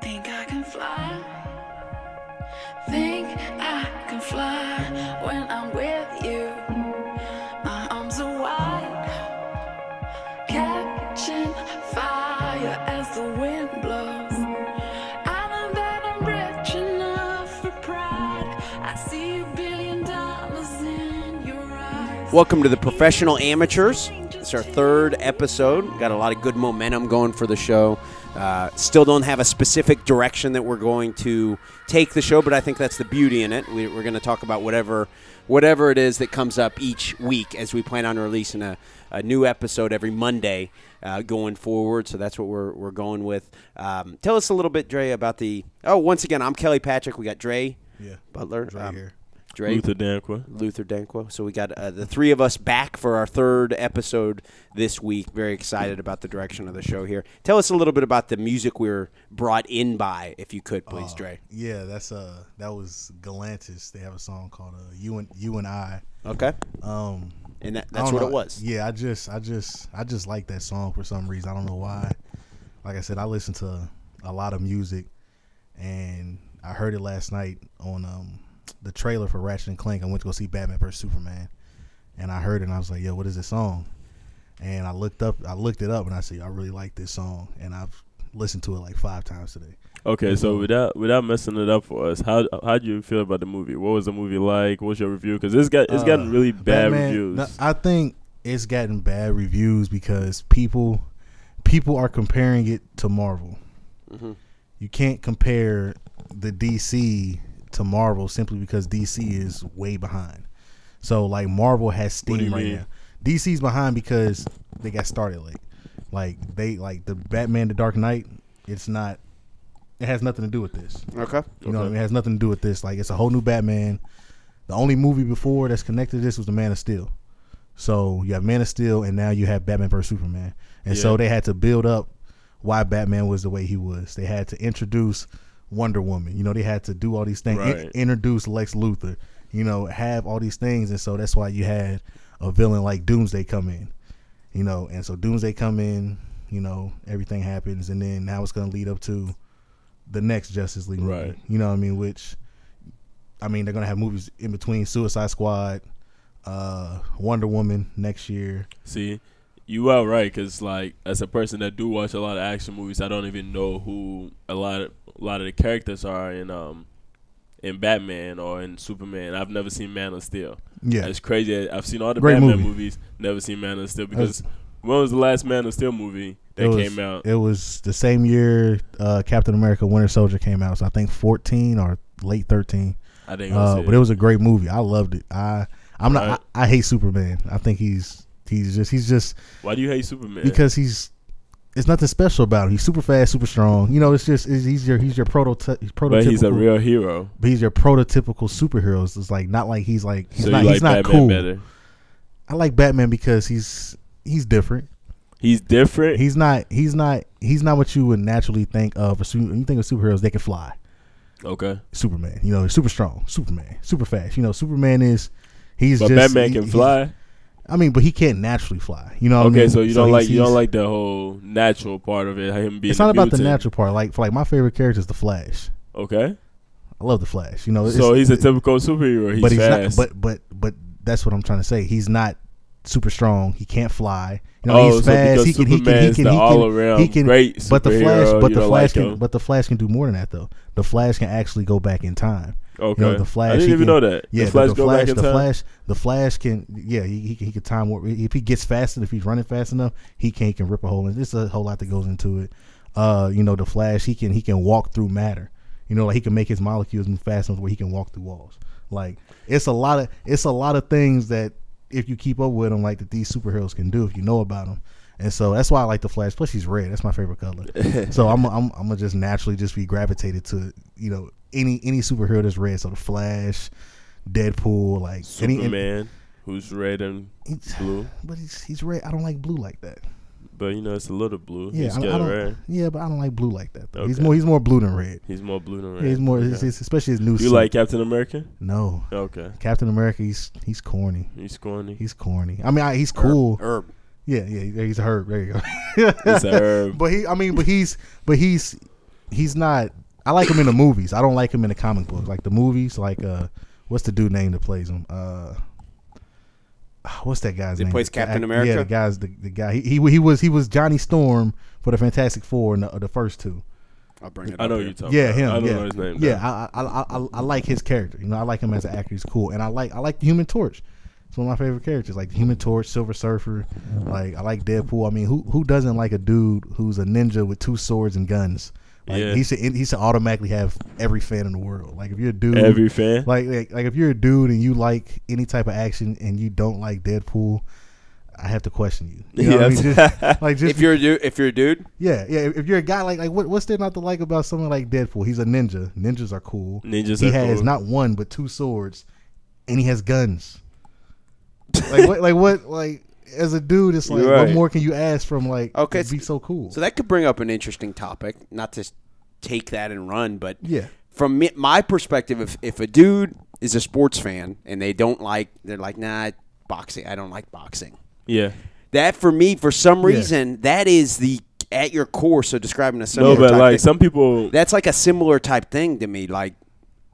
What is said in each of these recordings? can fly. Think I can fly when I'm with you. My arms are wide, catching fire as the wind blows. I know that I'm rich enough for pride. I see a billion dollars in your eyes. Welcome to the Professional Amateurs. It's our third episode. Got a lot of good momentum going for the show. Uh, still don't have a specific direction that we're going to take the show, but I think that's the beauty in it. We, we're going to talk about whatever whatever it is that comes up each week as we plan on releasing a, a new episode every Monday uh, going forward. So that's what we're, we're going with. Um, tell us a little bit, Dre, about the. Oh, once again, I'm Kelly Patrick. We got Dre Yeah. Butler. Dre um, here. Dre Luther Danqua. Luther Denquo. So we got uh, the three of us back for our third episode this week. Very excited about the direction of the show here. Tell us a little bit about the music we were brought in by, if you could, please, Dre. Yeah, that's uh that was Galantis. They have a song called uh, "You and You and I." Okay, Um, and that, I don't that's what know. it was. Yeah, I just I just I just like that song for some reason. I don't know why. Like I said, I listen to a lot of music, and I heard it last night on um the trailer for Ratchet and Clank. I went to go see Batman vs Superman, and I heard it, and I was like, "Yo, what is this song?" And I looked up, I looked it up, and I said, "I really like this song," and I've listened to it like five times today. Okay, Mm-hmm. so without without messing it up for us, how how do you feel about the movie? What was the movie like? What's your review? Because it's got it's gotten Uh, really bad Batman- reviews. no, I think it's gotten bad reviews because people people are comparing it to Marvel. You can't compare the DC to Marvel simply because DC is way behind. So like Marvel has What do steam you right mean? now. DC's behind because they got started late. Like they like the Batman the Dark Knight, it's not it has nothing to do with this. Okay. You know what I Okay. mean? It has nothing to do with this. Like it's a whole new Batman. The only movie before that's connected to this was the Man of Steel. So you have Man of Steel and now you have Batman vs Superman. And so Yeah. they had to build up why Batman was the way he was. They had to introduce Wonder Woman. You know, they had to do all these things. In- Right. introduce Lex Luthor. You know, have all these things and so that's why you had a villain like Doomsday come in. You know, and so Doomsday come in, you know, everything happens and then now it's gonna lead up to the next Justice League movie. Right. You know what I mean? Which, I mean, they're gonna have movies in between Suicide Squad, uh, Wonder Woman next year. See, you are right. Cause like as a person that do watch a lot of action movies, I don't even know who a lot of a lot of the characters are in um in Batman or in Superman. I've never seen Man of Steel. Yeah, It's crazy. I've seen all the Great Batman movie. movies, never seen Man of Steel was- because when was the last Man of Steel movie that it was, came out? It was the same year uh, Captain America: Winter Soldier came out, so I think fourteen or late thirteen. I think Uh, it but it was a great movie. I loved it. I I'm not. Right. I, I hate Superman. I think he's he's just he's just Why do you hate Superman? because he's it's nothing special about him. He's super fast, super strong. You know, it's just it's, he's your he's your prototype. Prototypical. but he's a real hero. but he's your prototypical superhero. So It's like not like he's like he's so not you like he's not Batman cool. better. I like Batman because he's he's different. He's different. He's not he's not he's not what you would naturally think of. A su- you think of superheroes, they can fly. okay. Superman, you know, super strong. Superman, super fast. You know, Superman is he's But just Batman he- can he- fly. I mean, but he can't naturally fly. You know. what I Okay, mean? so you don't he's- like you he's- don't like the whole natural part of it. Him being It's not a about the mutant. natural part. Like like my favorite character is the Flash. Okay, I love the Flash. You know. it's- so he's a typical superhero. He's but he's fast. not. But but but that's what I'm trying to say. He's not super strong. He can't fly. You oh, know, he's so fast. because He can, he can. He Superman's can. the He all can. around He can. great But the Flash. superhero, But you the don't Flash like can. him. But the Flash can do more than that though. The Flash can actually go back in time. okay, You know, the Flash. I didn't he even can- know that. Yeah, the Flash go back in the time. Flash. The Flash can. Yeah, he he can, he can time warp. If he gets fast enough, if he's running fast enough, he can he can rip a hole. And there's a whole lot that goes into it. Uh, you know, the Flash. He can he can walk through matter. You know, like he can make his molecules move fast enough where he can walk through walls. Like it's a lot of it's a lot of things that if you keep up with them, like that these superheroes can do if you know about them. And so that's why I like the Flash. Plus, he's red. That's my favorite color. so I'm I'm I'm gonna just naturally just be gravitated to you know any any superhero that's red. So the Flash, Deadpool, like any- Superman, who's red and Any, blue, but he's he's red. I don't like blue like that. but you know it's a little blue. Yeah, he's I, I got don't. red. Yeah, but I don't like blue like that. Though. He's Okay. more he's more blue than red. He's more blue than red. Yeah, he's more. Okay. It's, it's, especially his new. you suit. like Captain America? no Okay, Captain America? He's he's corny. he's corny. He's corny. I mean, I, he's cool. Herb. Yeah, yeah. He's a herb. There you go. He's a herb. But he, I mean, but he's, but he's, he's not I like him in the movies. I don't like him in the comic book. Like the movies, like uh, what's the dude name that plays him? Uh, what's that guy's That name? plays The guy- Captain America? Yeah, the guy's the, the guy. He, he he was he was Johnny Storm for the Fantastic Four and the, the first two. I'll bring it. I up know here. you talking. Yeah, about. him. I don't yeah. know his name. though. Yeah, I, I, I, I, I like his character. You know, I like him as an actor. He's cool, and I like I like the Human Torch. It's one of my favorite characters, like the Human Torch, Silver Surfer. Like I like Deadpool. I mean, who who doesn't like a dude who's a ninja with two swords and guns? Like Yeah. he should he should automatically have every fan in the world. Like if you're a dude, Every fan. like, like like if you're a dude and you like any type of action and you don't like Deadpool, I have to question you. You know what I mean? Yes. Just- like just If you're a dude, if you're a dude, yeah, yeah. If if you're a guy like like what, what's there not to like about someone like Deadpool? He's a ninja. Ninjas are cool. Ninjas He are has cool. not one but two swords, and he has guns. Like what? Like what? Like as a dude, it's like You're what right. more can you ask from like? Okay, to be so cool. so that could bring up an interesting topic. Not to s- take that and run, but Yeah. from me, my perspective, if if a dude is a sports fan and they don't like, they're like, nah, boxing. I don't like boxing. Yeah. That for me, for some Yeah. reason, that is the at your core. So describing a similar No, but type like thing- some people. that's like a similar type thing to me. Like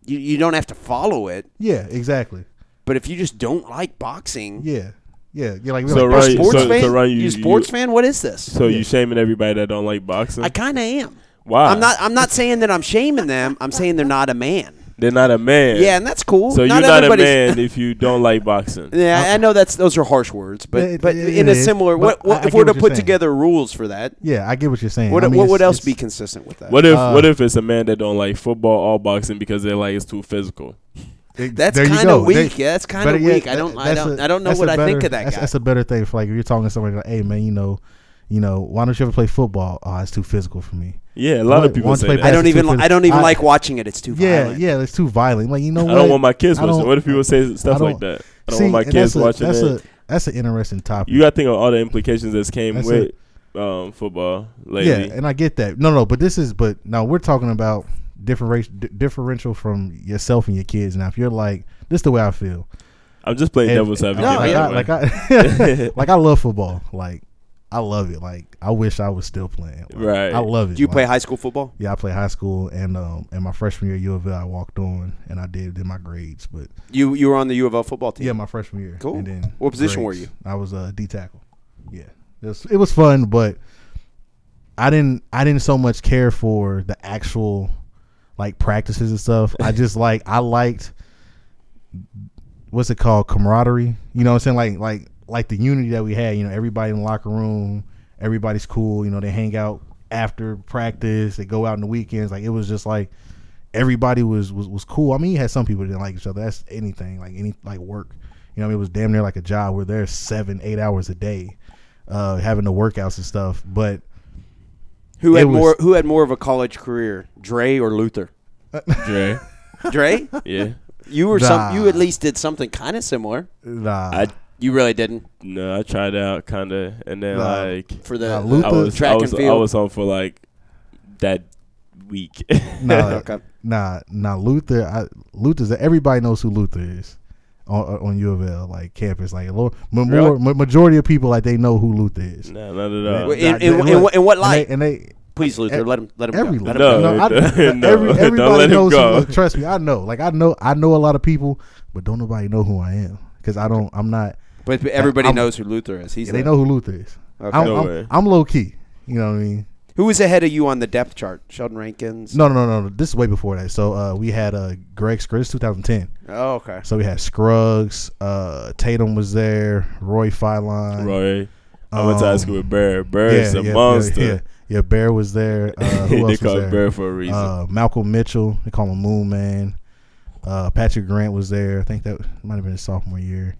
you, you don't have to follow it, yeah, exactly. but if you just don't like boxing, Yeah, yeah. You're like, So, like you're a Right, sports so- fan, so, Ryan, you, you- a sports you- fan, what is this? So you shaming everybody that don't like boxing? I kind of am. Why? I'm not. I'm not saying that I'm shaming them. I'm saying they're not a man. They're not a man. Yeah, and that's cool. So not you're not a everybody's- man if you don't like boxing. Yeah, I know that's those are harsh words, but It- but it- in it a is, similar, but what, what I- I if we're to get what you're put saying. together rules for that? yeah, I get what you're saying. What I mean, what it's- would else be it's- consistent with that? What if Uh, what if it's a man that don't like football or boxing because they're like it's too physical? it- That's there you kinda go. weak. They- Yeah, that's kinda better yet, weak. I don't- I that's don't- I don't know that's what a I think of better- that that's, guy. That's a better thing. For like, if you're talking to somebody like, "Hey, man, you know, you know, why don't you ever play football? Oh, it's too physical for me." Yeah, a lot Want- of people want to play say that. I I bas- don't don't, That's even. too I don't even phys- I- like watching it. It's too Yeah, violent. yeah, it's too violent. Like, you know, what? want my kids I don't- watching. What if people say I stuff like don't- that? I don't See, want my and kids that's a- watching That's it. a that's an interesting topic. you got to think of all the implications that came That's with um, football yeah, lately. and I get that. No, no, but this is but now we're talking about different race d- differential from yourself and your kids. Now, if you're like this, is the way I feel. I'm just playing And- devil's advocate. No, by yeah, the way. like I, like I, like I love football. Like I love it. Like I wish I was still playing. Like, Right. I love it. Do you Like, play high school football? Yeah, I play high school, and um, in my freshman year at U of L, I walked on, and I did did my grades. But You you were on the U of L football team. yeah, my freshman year. Cool. And then What position were grades. I was a uh, D tackle. Yeah, it was, it was fun, but I didn't I didn't so much care for the actual like practices and stuff. I just like I liked what's it called camaraderie. You know what I'm saying? Like like like the unity that we had. You know, everybody in the locker room, everybody's cool. You know, they hang out after practice. They go out on the weekends. Like it was just like everybody was was, was cool. I mean, you had some people that didn't like each other. That's anything like any like work. You know, what I mean, it was damn near like a job where there's seven eight hours a day, uh, having the workouts and stuff. But Who It had was- more? Who had more of a college career, Dre or Luther? Dre. Dre, Yeah. you were some. You Nah. at least did something kind of similar. nah, I You really didn't no, I tried out kind of, and then Nah. like for the, Nah, the Luther- I was track I was, and I field. was on for like that week. nah, Okay. nah, nah. Luther, I, Luther's everybody knows who Luther is on on U of L like campus. Like, a lo- ma- Really? more, ma- majority of people like they know who Luther is. nah, not at all. Wait, in- in- in what- in what light? And they, and they Please, Luther, Ev- let him let him every go. Let him No, go. no, I, e-, no, no, every, don't everybody let him knows go. Who, look, trust me, I know. Like I know, I know a lot of people, but don't nobody know who I am because I don't. I'm not. But but everybody I'm- knows who Luther is. He's They the- know who Luther is. Okay. I'm, No I'm- way. I'm low key. You know what I mean? Who was ahead of you on the depth chart? Sheldon Rankins. No, no, no, no. This is way before that. So uh, we had uh, Greg Scruggs, 2010. Oh, okay. So we had Scruggs, uh, Tatum was there, Roy Filon. Roy. I went to high Um, school with Bear. Bear is a monster. Yeah, yeah, Bear was there. Uh, who they else call was there? him Bear for a reason. Uh, Malcolm Mitchell. They call him Moon Man. Uh, Patrick Grant was there. I think that might have been his sophomore year.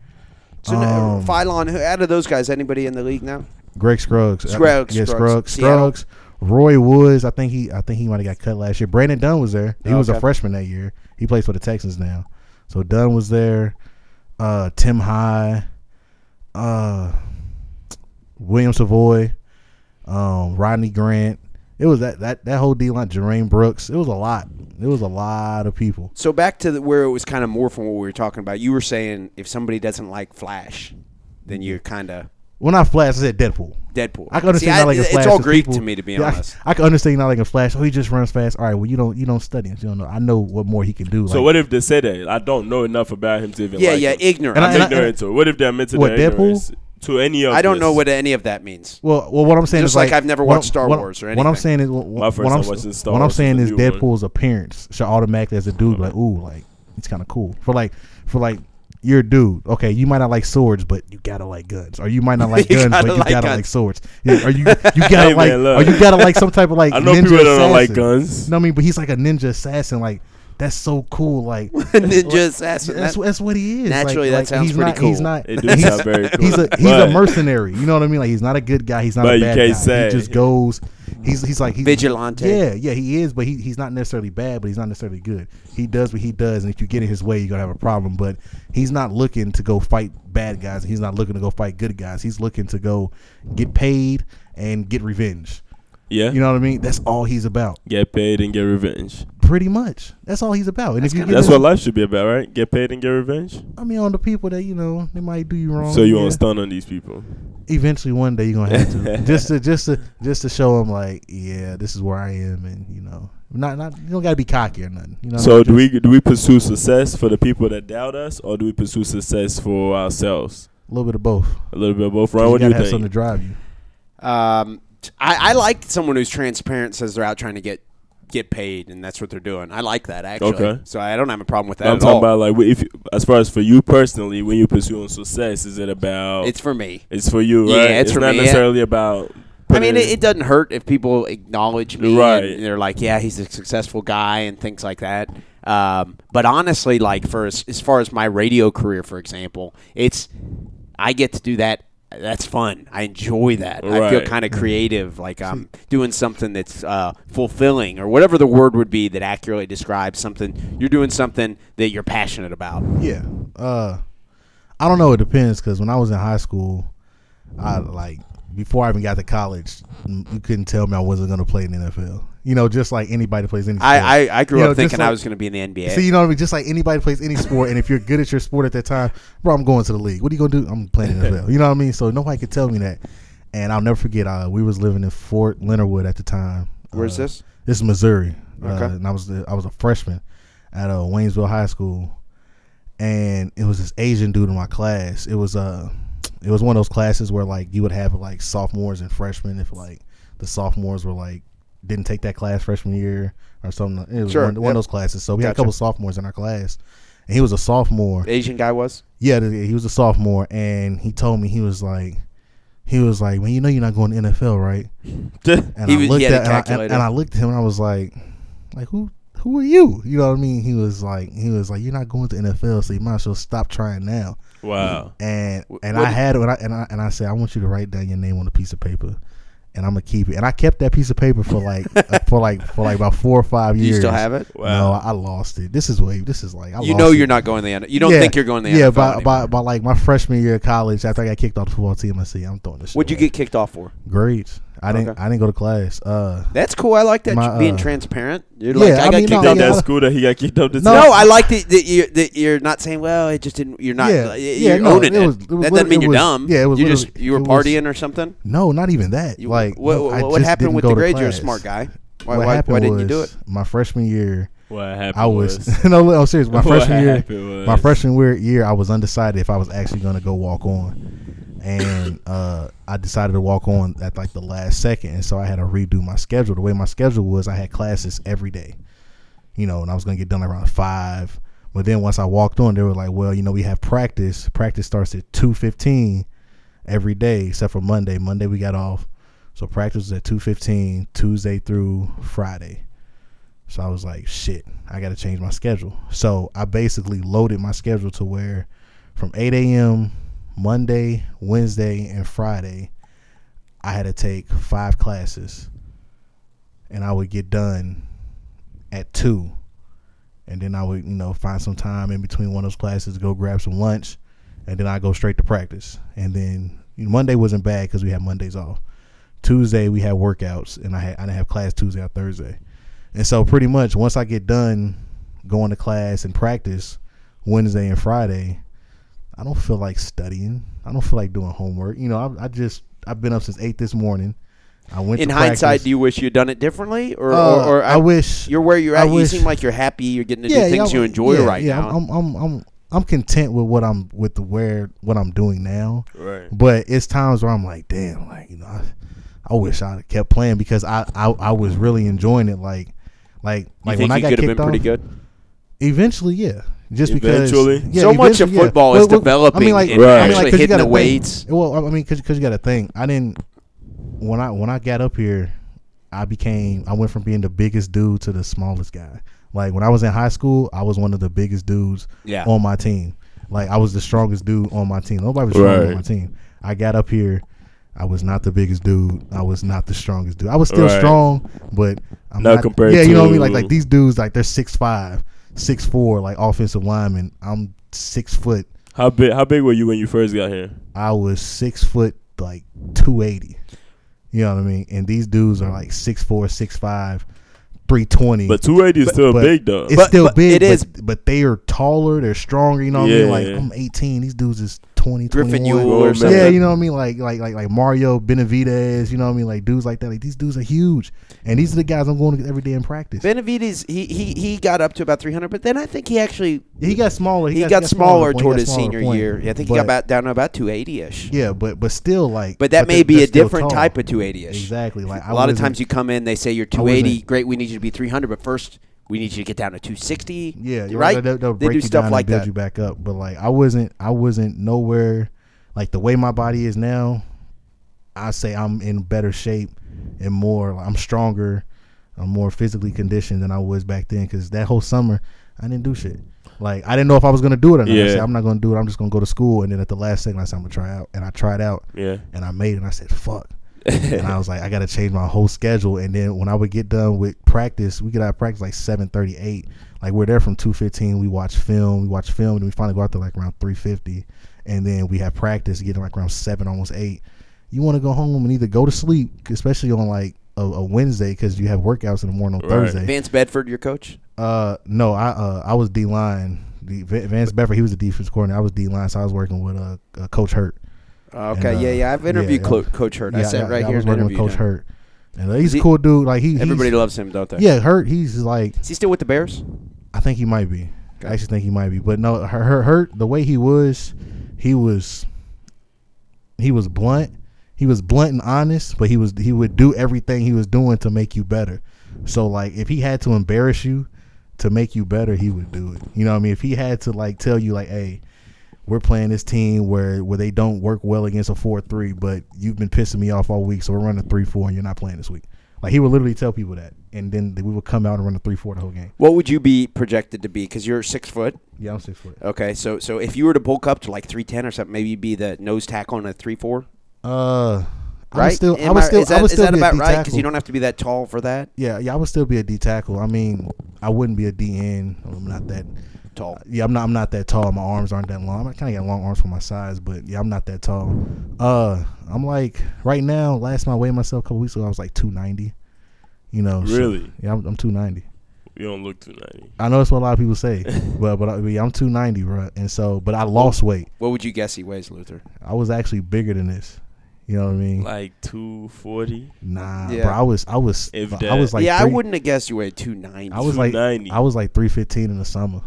So um, um, Phylon, who out of those guys, anybody in the league now? Greg Scruggs. Uh, Scruggs, yeah, Scruggs. Scruggs. Seattle. Scruggs. Roy Woods. I think he. I think he might have got cut last year. Brandon Dunn was there. He was a Okay. freshman that year. He plays for the Texans now. So Dunn was there. Uh, Tim High. Uh, William Savoy. Um, Rodney Grant. It was that that that whole D line. Jermaine Brooks. It was a lot. It was a lot of people. So back to the, where it was kind of more from what we were talking about. You were saying if somebody doesn't like Flash, then you're kind of Well, not Flash. I said Deadpool. Deadpool. I can understand See, not liking it's Flash. all 'cause Greek people- to me, to be yeah, I- honest. I, can understand not liking Flash. Oh, he just runs fast. All right. Well, you don't you don't study it. You don't know. I know what more he can do. So like- what if they said that? I don't know enough about him to even. yeah, like yeah, him. ignorant. And I, I- I'm ignorant to it. What if they're meant to What, their Deadpool? ignorance to any of? don't this? know what any of that means. Well, well, what I'm saying Just is like like, I've never what watched I'm- Star what- Wars or What I'm anything. saying is, what, My first what I'm, time watching Star what I'm Wars was saying the is new one. Deadpool's appearance should automatically as a dude be like, ooh, like it's kind of cool for like for like you're a dude. Okay, you might not like swords, but you gotta like guns, or you might not like You guns, but gotta you like gotta guns. like swords. Yeah, or you you gotta Hey, like, man, look. or you gotta like some type of like. I know ninja people that don't like assassin. guns. No, I mean, but he's like a ninja assassin. Like that's so cool. Like Ninja assassin. that's that- that's what he is. Like- Naturally, that like, sounds he's pretty not, He's cool. not. It does he's- sound very cool. He's a he's But a mercenary. You know what I mean? Like he's not a good guy. He's not But a you bad can't guy. say- He just goes. He's he's like he's, Vigilante. Yeah, yeah, he is. But he, he's not necessarily bad. But he's not necessarily good. He does what he does, and if you get in his way, you're gonna have a problem. But he's not looking to go fight bad guys. He's not looking to go fight good guys. He's looking to go get paid and get revenge. Yeah, You know what I mean? That's all he's about. get paid and get revenge. Pretty much. That's all he's about. And if you get That's in- what life should be about, right? Get paid and get revenge. I mean, on the people that you know, they might do you wrong. So you yeah. want to stun on these people? Eventually, one day you're gonna have to just to just to just to show them like, yeah, this is where I am, and you know, not not you don't gotta be cocky or nothing. You know. So what I do mean? we do we pursue success for the people that doubt us, or do we pursue success for ourselves? Just a little bit of both. A little bit of both. You Ron, what gotta do you have something to think? drive you. Um, t- I, I like someone who's transparent, says they're out trying to get get paid, and that's what they're doing. I like that actually. Okay. So I don't have a problem with that I'm at talking all. about like wh- if you- as far as for you personally, when you're pursuing success, is it about it's for me. it's for you, Yeah, right? it's for not me, yeah. necessarily about. I mean, putting- it, it doesn't hurt if people acknowledge me. Right. And they're like, yeah, he's a successful guy and things like that. Um, but honestly, like for as, as far as my radio career, for example, it's I get to do that. That's fun. I enjoy that. I feel Right. kind of creative, like I'm doing something that's uh, fulfilling, or whatever the word would be that accurately describes something. You're doing something that you're passionate about. Yeah. Uh, I don't know. It depends because when I was in high school, I like before I even got to college, m- you couldn't tell me I wasn't gonna play in the NFL. You know, just like anybody plays any. sport. I, I, I grew You know, up just thinking I like- was going to be in the NBA. So you know what I mean? Just like anybody plays any sport, and if you're good at your sport at that time, bro, I'm going to the league. What are you gonna do? I'm playing in the NFL. You know what I mean? So nobody could tell me that. And I'll never forget. Uh, we was living in Fort Leonard Wood at the time. Where's Uh, this? This is Missouri. Okay. Uh, and I was the, I was a freshman at uh, Waynesville High School, and it was this Asian dude in my class. It was uh, it was one of those classes where like you would have like sophomores and freshmen if like the sophomores were like didn't take that class freshman year or something. It was Sure, one, one yep. of those classes. So we had a Gotcha. couple sophomores in our class, and he was a sophomore. Asian guy was. Yeah, th- he was a sophomore, and he told me he was like, he was like, man, you know you're not going to NFL, right? And He I was- he looked had a at and I, and, calculator. and I looked at him, and I was like, like who who are you? You know what I mean? He was like, he was like, you're not going to NFL, so you might as well stop trying now. wow. And Wh- and what I did- had and I and I and I said, I want you to write down your name on a piece of paper. And I'm gonna keep it, and I kept that piece of paper for like uh, for like for like about four or five Do years. you still have it? Wow. No, I- I lost it. This is way. This is like I You lost know it. you're not going the NFL. You don't Yeah. think you're going the Yeah, NFL. by, by, anymore. by like my freshman year of college, after I got kicked off the football team, I see I'm throwing this. shit What'd you away. get kicked off for? Grades. I didn't. Okay. I didn't go to class. Uh, That's cool. I like that My, being uh, transparent. You're yeah, like, I, I got mean, kicked no, off Up Oh, yeah, that. that I- school that he got kicked up the No, No, team. I like that, that, you're, that you're not saying, well, it just didn't. You're not. Yeah, uh, yeah, you're no, owning it. it was- it was that doesn't mean you're literally- it was- dumb. yeah, it was You just literally- you were it was- partying or something. no, not even that. You, like, what, no, I what, what just happened didn't with go the to grades? You're a class. smart guy. Why, What why, happened why didn't was you do it? my freshman year. What happened? I was no, no, I'm serious. My What freshman year, happened was- my freshman weir- year, I was undecided if I was actually going to go walk on, and uh, I decided to walk on at like the last second, and so I had to redo my schedule. The way my schedule was, I had classes every day, you know, and I was going to get done around five. But then once I walked on, they were like, "Well, you know, we have practice. Practice starts at two fifteen every day except for Monday. Monday we got off, so practice was at two fifteen Tuesday through Friday." So I was like, shit, I got to change my schedule. So I basically loaded my schedule to where from 8 a.m. Monday, Wednesday, and Friday, I had to take five classes and I would get done at 2. And then I would, you know, find some time in between one of those classes to go grab some lunch. And then I go straight to practice. And then Monday wasn't bad because we had Mondays off. Tuesday we had workouts, and I had I didn't have class Tuesday or Thursday, and so pretty much once I get done going to class and practice Wednesday and Friday, I don't feel like studying. I don't feel like doing homework. You know, I, I just I've been up since eight this morning. I went In to hindsight, practice. do you wish you'd done it differently, or Uh, or, or I wish- you're where you're I at. you wish- seem like you're happy. You're getting to do things yeah, you enjoy yeah, right yeah, now. I'm, I'm I'm I'm content with what I'm with the where what I'm doing now. Right. But it's times where I'm like, damn, like you know, I, I wish I kept playing because I, I I was really enjoying it. Like like you like think when I you got could kicked have been off, pretty good. Eventually, yeah. Just Eventually? because yeah, So much of eventually, yeah. football is I mean, developing like, and I mean, actually like, 'cause you hitting gotta the think- weights. Well, I mean, because you got to think, I didn't when I when I got up here, I became I went from being the biggest dude to the smallest guy. Like when I was in high school, I was one of the biggest dudes Yeah. on my team. Like I was the strongest dude on my team. Nobody was strong Right. on my team. I got up here. I was not the biggest dude. I was not the strongest dude. I was still Right. strong, but I'm Not not, compared Yeah, you know what I mean. Like to- like these dudes, like they're six five, six four, like offensive linemen. I'm six foot. How big? How big were you when you first got here? I was six foot like two eighty. You know what I mean? And these dudes are like six four, six five, three twenty. But 280 is still but big though. It's But- still but big. it but, is- but they are taller. They're stronger. You know what I Yeah. mean? Like I'm 18. These dudes is 20, Griffin Ewell 21. Yeah, or something. Yeah, you know what I mean? Like like like like Mario Benavidez. You know what I mean? Like dudes like that. Like these dudes are huge. And these are the guys I'm going to every day in practice. Benavides, he, he he got up to about 300, but then I think he actually He got smaller. he, He, got, he smaller at one- he toward got his smaller at senior one. year. Yeah, I think he But- got about down to about 280 ish. Yeah, but but still like. But that may they're- be they're a still different tall. type of 280 ish. Exactly. Like a lot of times you come in, they say you're wasn't- 280. Great, we need you to be 300, but first we need you to get down to 260. Yeah, you're right. They'll, they'll they break do you stuff down like and build that. you back up. But like, I wasn't, I wasn't nowhere. Like the way my body is now, I say I'm in better shape and more. Like, I'm stronger. I'm more physically conditioned than I was back then. Because that whole summer, I didn't do shit. Like I didn't know if I was gonna do it or not. I Yeah. said, I'm not gonna do it. I'm just gonna go to school. And then at the last second, I said I'm gonna try out, and I tried out, yeah. and I made it. And I said, fuck. and I was like, I gotta change my whole schedule. And then when I would get done with practice, we get out of practice like seven thirty eight. Like we're there from two fifteen. We watch film. We watch film, and we finally go out there like around three fifty. And then we have practice, getting like around seven, almost eight. You want to go home and either go to sleep, especially on like a, a Wednesday, because you have workouts in the morning on Right. Thursday. Vance Bedford, your coach. Uh, no, I uh, I was D line. The Va- Vance Bedford, he was the defense coordinator. I was D line, so I was working with uh, uh Coach Hurt. Okay, And, uh, yeah, yeah. I've interviewed yeah, Clo- yeah. Coach Hurt. I Yeah, sat yeah, right yeah, I here was and working with interviewed Coach him. Hurt. And uh, he's Is he- a cool dude. Like he, he's, Everybody loves him, don't they? yeah, Hurt. He's like, Is he still with the Bears? I think he might be. Okay. I actually think he might be. But no, Hurt, Hurt- Hurt. The way he was, he was, he was blunt. He was blunt and honest. But he was he would do everything he was doing to make you better. So like, if he had to embarrass you to make you better, he would do it. You know what I mean? If he had to like tell you like, hey. We're playing this team where where they don't work well against a four three, but you've been pissing me off all week, so we're running a three four, and you're not playing this week. Like he would literally tell people that, and then we would come out and run a three four the whole game. What would you be projected to be? Because you're six foot. Yeah, I'm six foot. Okay, so so if you were to bulk up to like three ten or something, maybe you'd be the nose tackle on a three four. Uh, I Right? was still, I Am was still, is that, I was is still that be about a D right? Because tackle. you don't have to be that tall for that yeah, yeah, I would still be a D tackle. I mean, I wouldn't be a DN. I'm not that. Uh, tall. Yeah, I'm not. I'm not that tall. My arms aren't that long. I kind of got long arms for my size, but yeah, I'm not that tall. Uh, I'm like right now. Last time I weighed myself a couple weeks ago, I was like 290. You know, so- Really? yeah, I'm, I'm 290. You don't look 290. I know that's what a lot of people say, but but, I, but yeah, I'm 290, bro. And so, but I lost weight. What would you guess he weighs, Luther? I was actually bigger than this. You know what I mean? Like 240. nah, Yeah. bro. I was, I was, If I was that. like, yeah, I three- wouldn't have guessed you weighed two ninety. I was like 290. I was like 315 in the summer.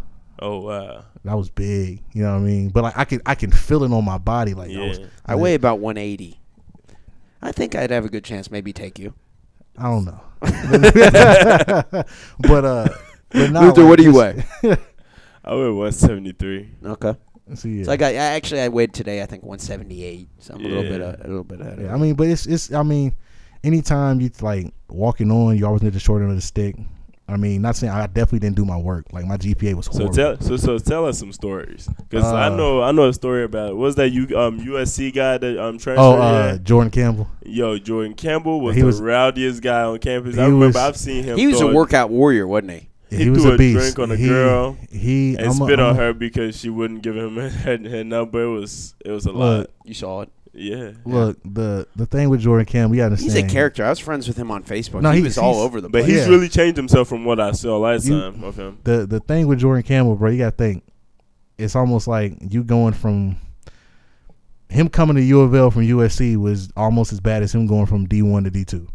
Oh wow. I was big, you know what I mean? But like I can I can feel it on my body like I, was, Yeah. I weigh about one eighty. I think I'd have a good chance. Maybe take you. I don't know. but uh but now Luther, what do you I weigh 173. Okay. yeah. So I got. I actually I weighed today. I think one seventy eight. So I'm a little Yeah. bit. A, a little bit. Ahead of Yeah, you. I mean, but it's it's. I mean, anytime you like walking on, you always need the short end of the stick. I mean, not saying I definitely didn't do my work. Like my GPA was So horrible. tell so so tell us some stories because I Uh, know I know a story about was that you um USC guy that um transferred oh, uh, here? Jordan Campbell. yo Jordan Campbell was he the was- rowdiest guy on campus. I he remember was- I've seen him. he was a throw- workout warrior, wasn't he? Yeah, He he was threw a a beast. drink on a He- girl He and I'm a- spit I'm on a- her because she wouldn't give him her, her number. It was it was a lot. Look, You saw it. Yeah, Look, the the thing with Jordan Campbell, you He's understand. a character. I was friends with him on Facebook. No, he he's- was all he's- over the but place. he's Yeah. really changed himself from what I saw last You- time of him. the the thing with Jordan Campbell, bro, you gotta think. It's almost like you going from him coming to U of L from USC was almost as bad as him going from D one to D two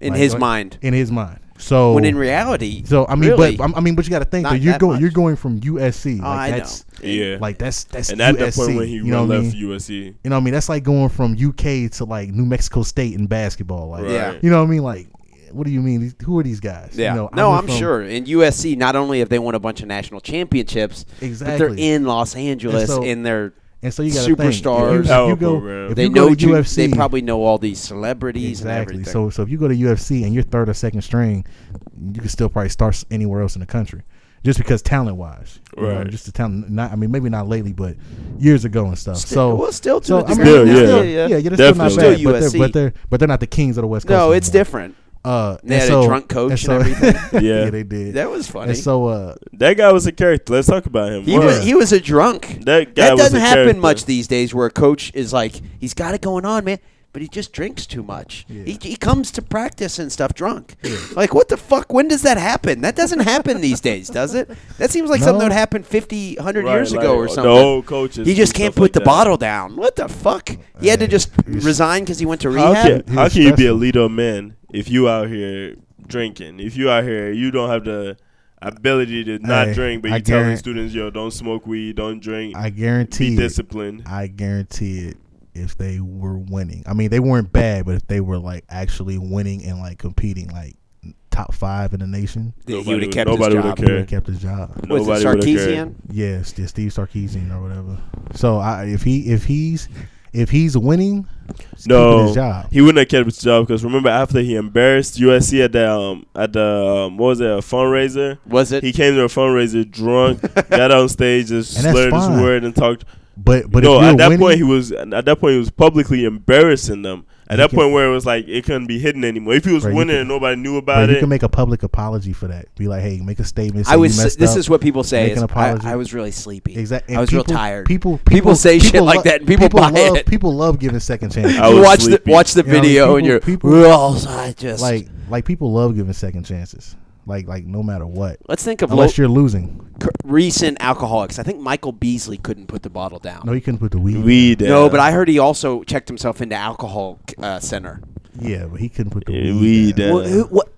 in Like, his like- mind. in his mind. So When in reality, Oh. so I mean, really, but I'm- I mean, but you got to think not that you're that going much. you're going from USC. Like, oh, I know. that's, Yeah. Like that's that's and at USC, that point when he you know what I left mean? USC, You know what I mean? That's like going from UK to like New Mexico State in basketball. Like, right? Yeah. you know what I mean? Like, what do you mean? These- Who are these guys? Yeah. You know, I no, went I'm from- sure. In USC, not only have they won a bunch of national championships, but they're Exactly. in Los Angeles so- and they're And so you got think, if you- Superstars. if Power you go- program. if they you know go to you, UFC, they probably know all these celebrities exactly. and everything. So so if you go to UFC and you're third or second string, you can still probably start s- anywhere else in the country, just because talent wise, Right. just the talent. Not I mean maybe not lately, but years ago and stuff. Still- so well, still to so, a I mean, degree now. yeah, Yeah, yeah, yeah. yeah, yeah, they're still not Definitely. bad, but Still they're, but they're but they're not the kings of the West Coast. no, it's anymore. different. Uh, They and had a so, drunk coach and so, everything. Yeah. they did. That was funny. and so uh, That guy was a character. Let's talk about him. he Word. was he was a drunk. That guy that was doesn't a happen character. much these days, where a coach is like, he's got it going on, man. But he just drinks too much. He, he comes to practice and stuff drunk. Like, what the fuck? When does that happen? That doesn't happen these days, does it? That seems like something No. that would happen 50, 100 Right, years like, ago or the something. old coaches He just do can't stuff put like the that. bottle down. What the fuck? He had to just resign because he went to How rehab. can, He how was can you be a stressful. leader of men if you out here drinking? If you out here, you don't have the ability to not Hey, drink, but I you telling guarant- students, yo, don't smoke weed, don't drink, I be guarantee it, disciplined. I guarantee it. If they were winning, I mean, they weren't bad, but if they were like actually winning and like competing, like top five in the nation, He would Nobody have would- kept his nobody would job. have they cared. kept his job. Was it Nobody would've cared. Sarkeesian? Yes, yeah, Steve Sarkeesian or whatever. So I, if he if he's if he's winning, he's keeping No, his job. he wouldn't have kept his job because remember after he embarrassed USC at the um, at the um, what was it a fundraiser? Was it? He came to a fundraicer drunk, got on stage, just And that's slurred his fine. word and talked. But but no, if you're at that winning, point he was at that point he was publicly embarrassing them. At You that can- point where it was like it couldn't be hidden anymore. If he was Right, you winning can- and nobody knew but about you it, can make a public apology for that. Be like, hey, make a statement. Say I was. You messed This up. is what people say. Make an Is, I, apology. I was really sleepy. Exactly. I was real tired. People, people, People say shit like lo- that and people buy love, it. People love giving second chances. I you was watch the sleepy. watch the You know, video people- and you're people- well, I just like, like people love giving second chances. Like, like no matter what, Let's think of lo- unless you're losing. c- recent alcoholics. I think Michael Beasley couldn't put the bottle down. No, you couldn't put the weed. weed. No, uh, but I heard he also checked himself into alcohol uh, center. Yeah, but he couldn't put the Yeah, weed. weed, down. uh, Well, who- what?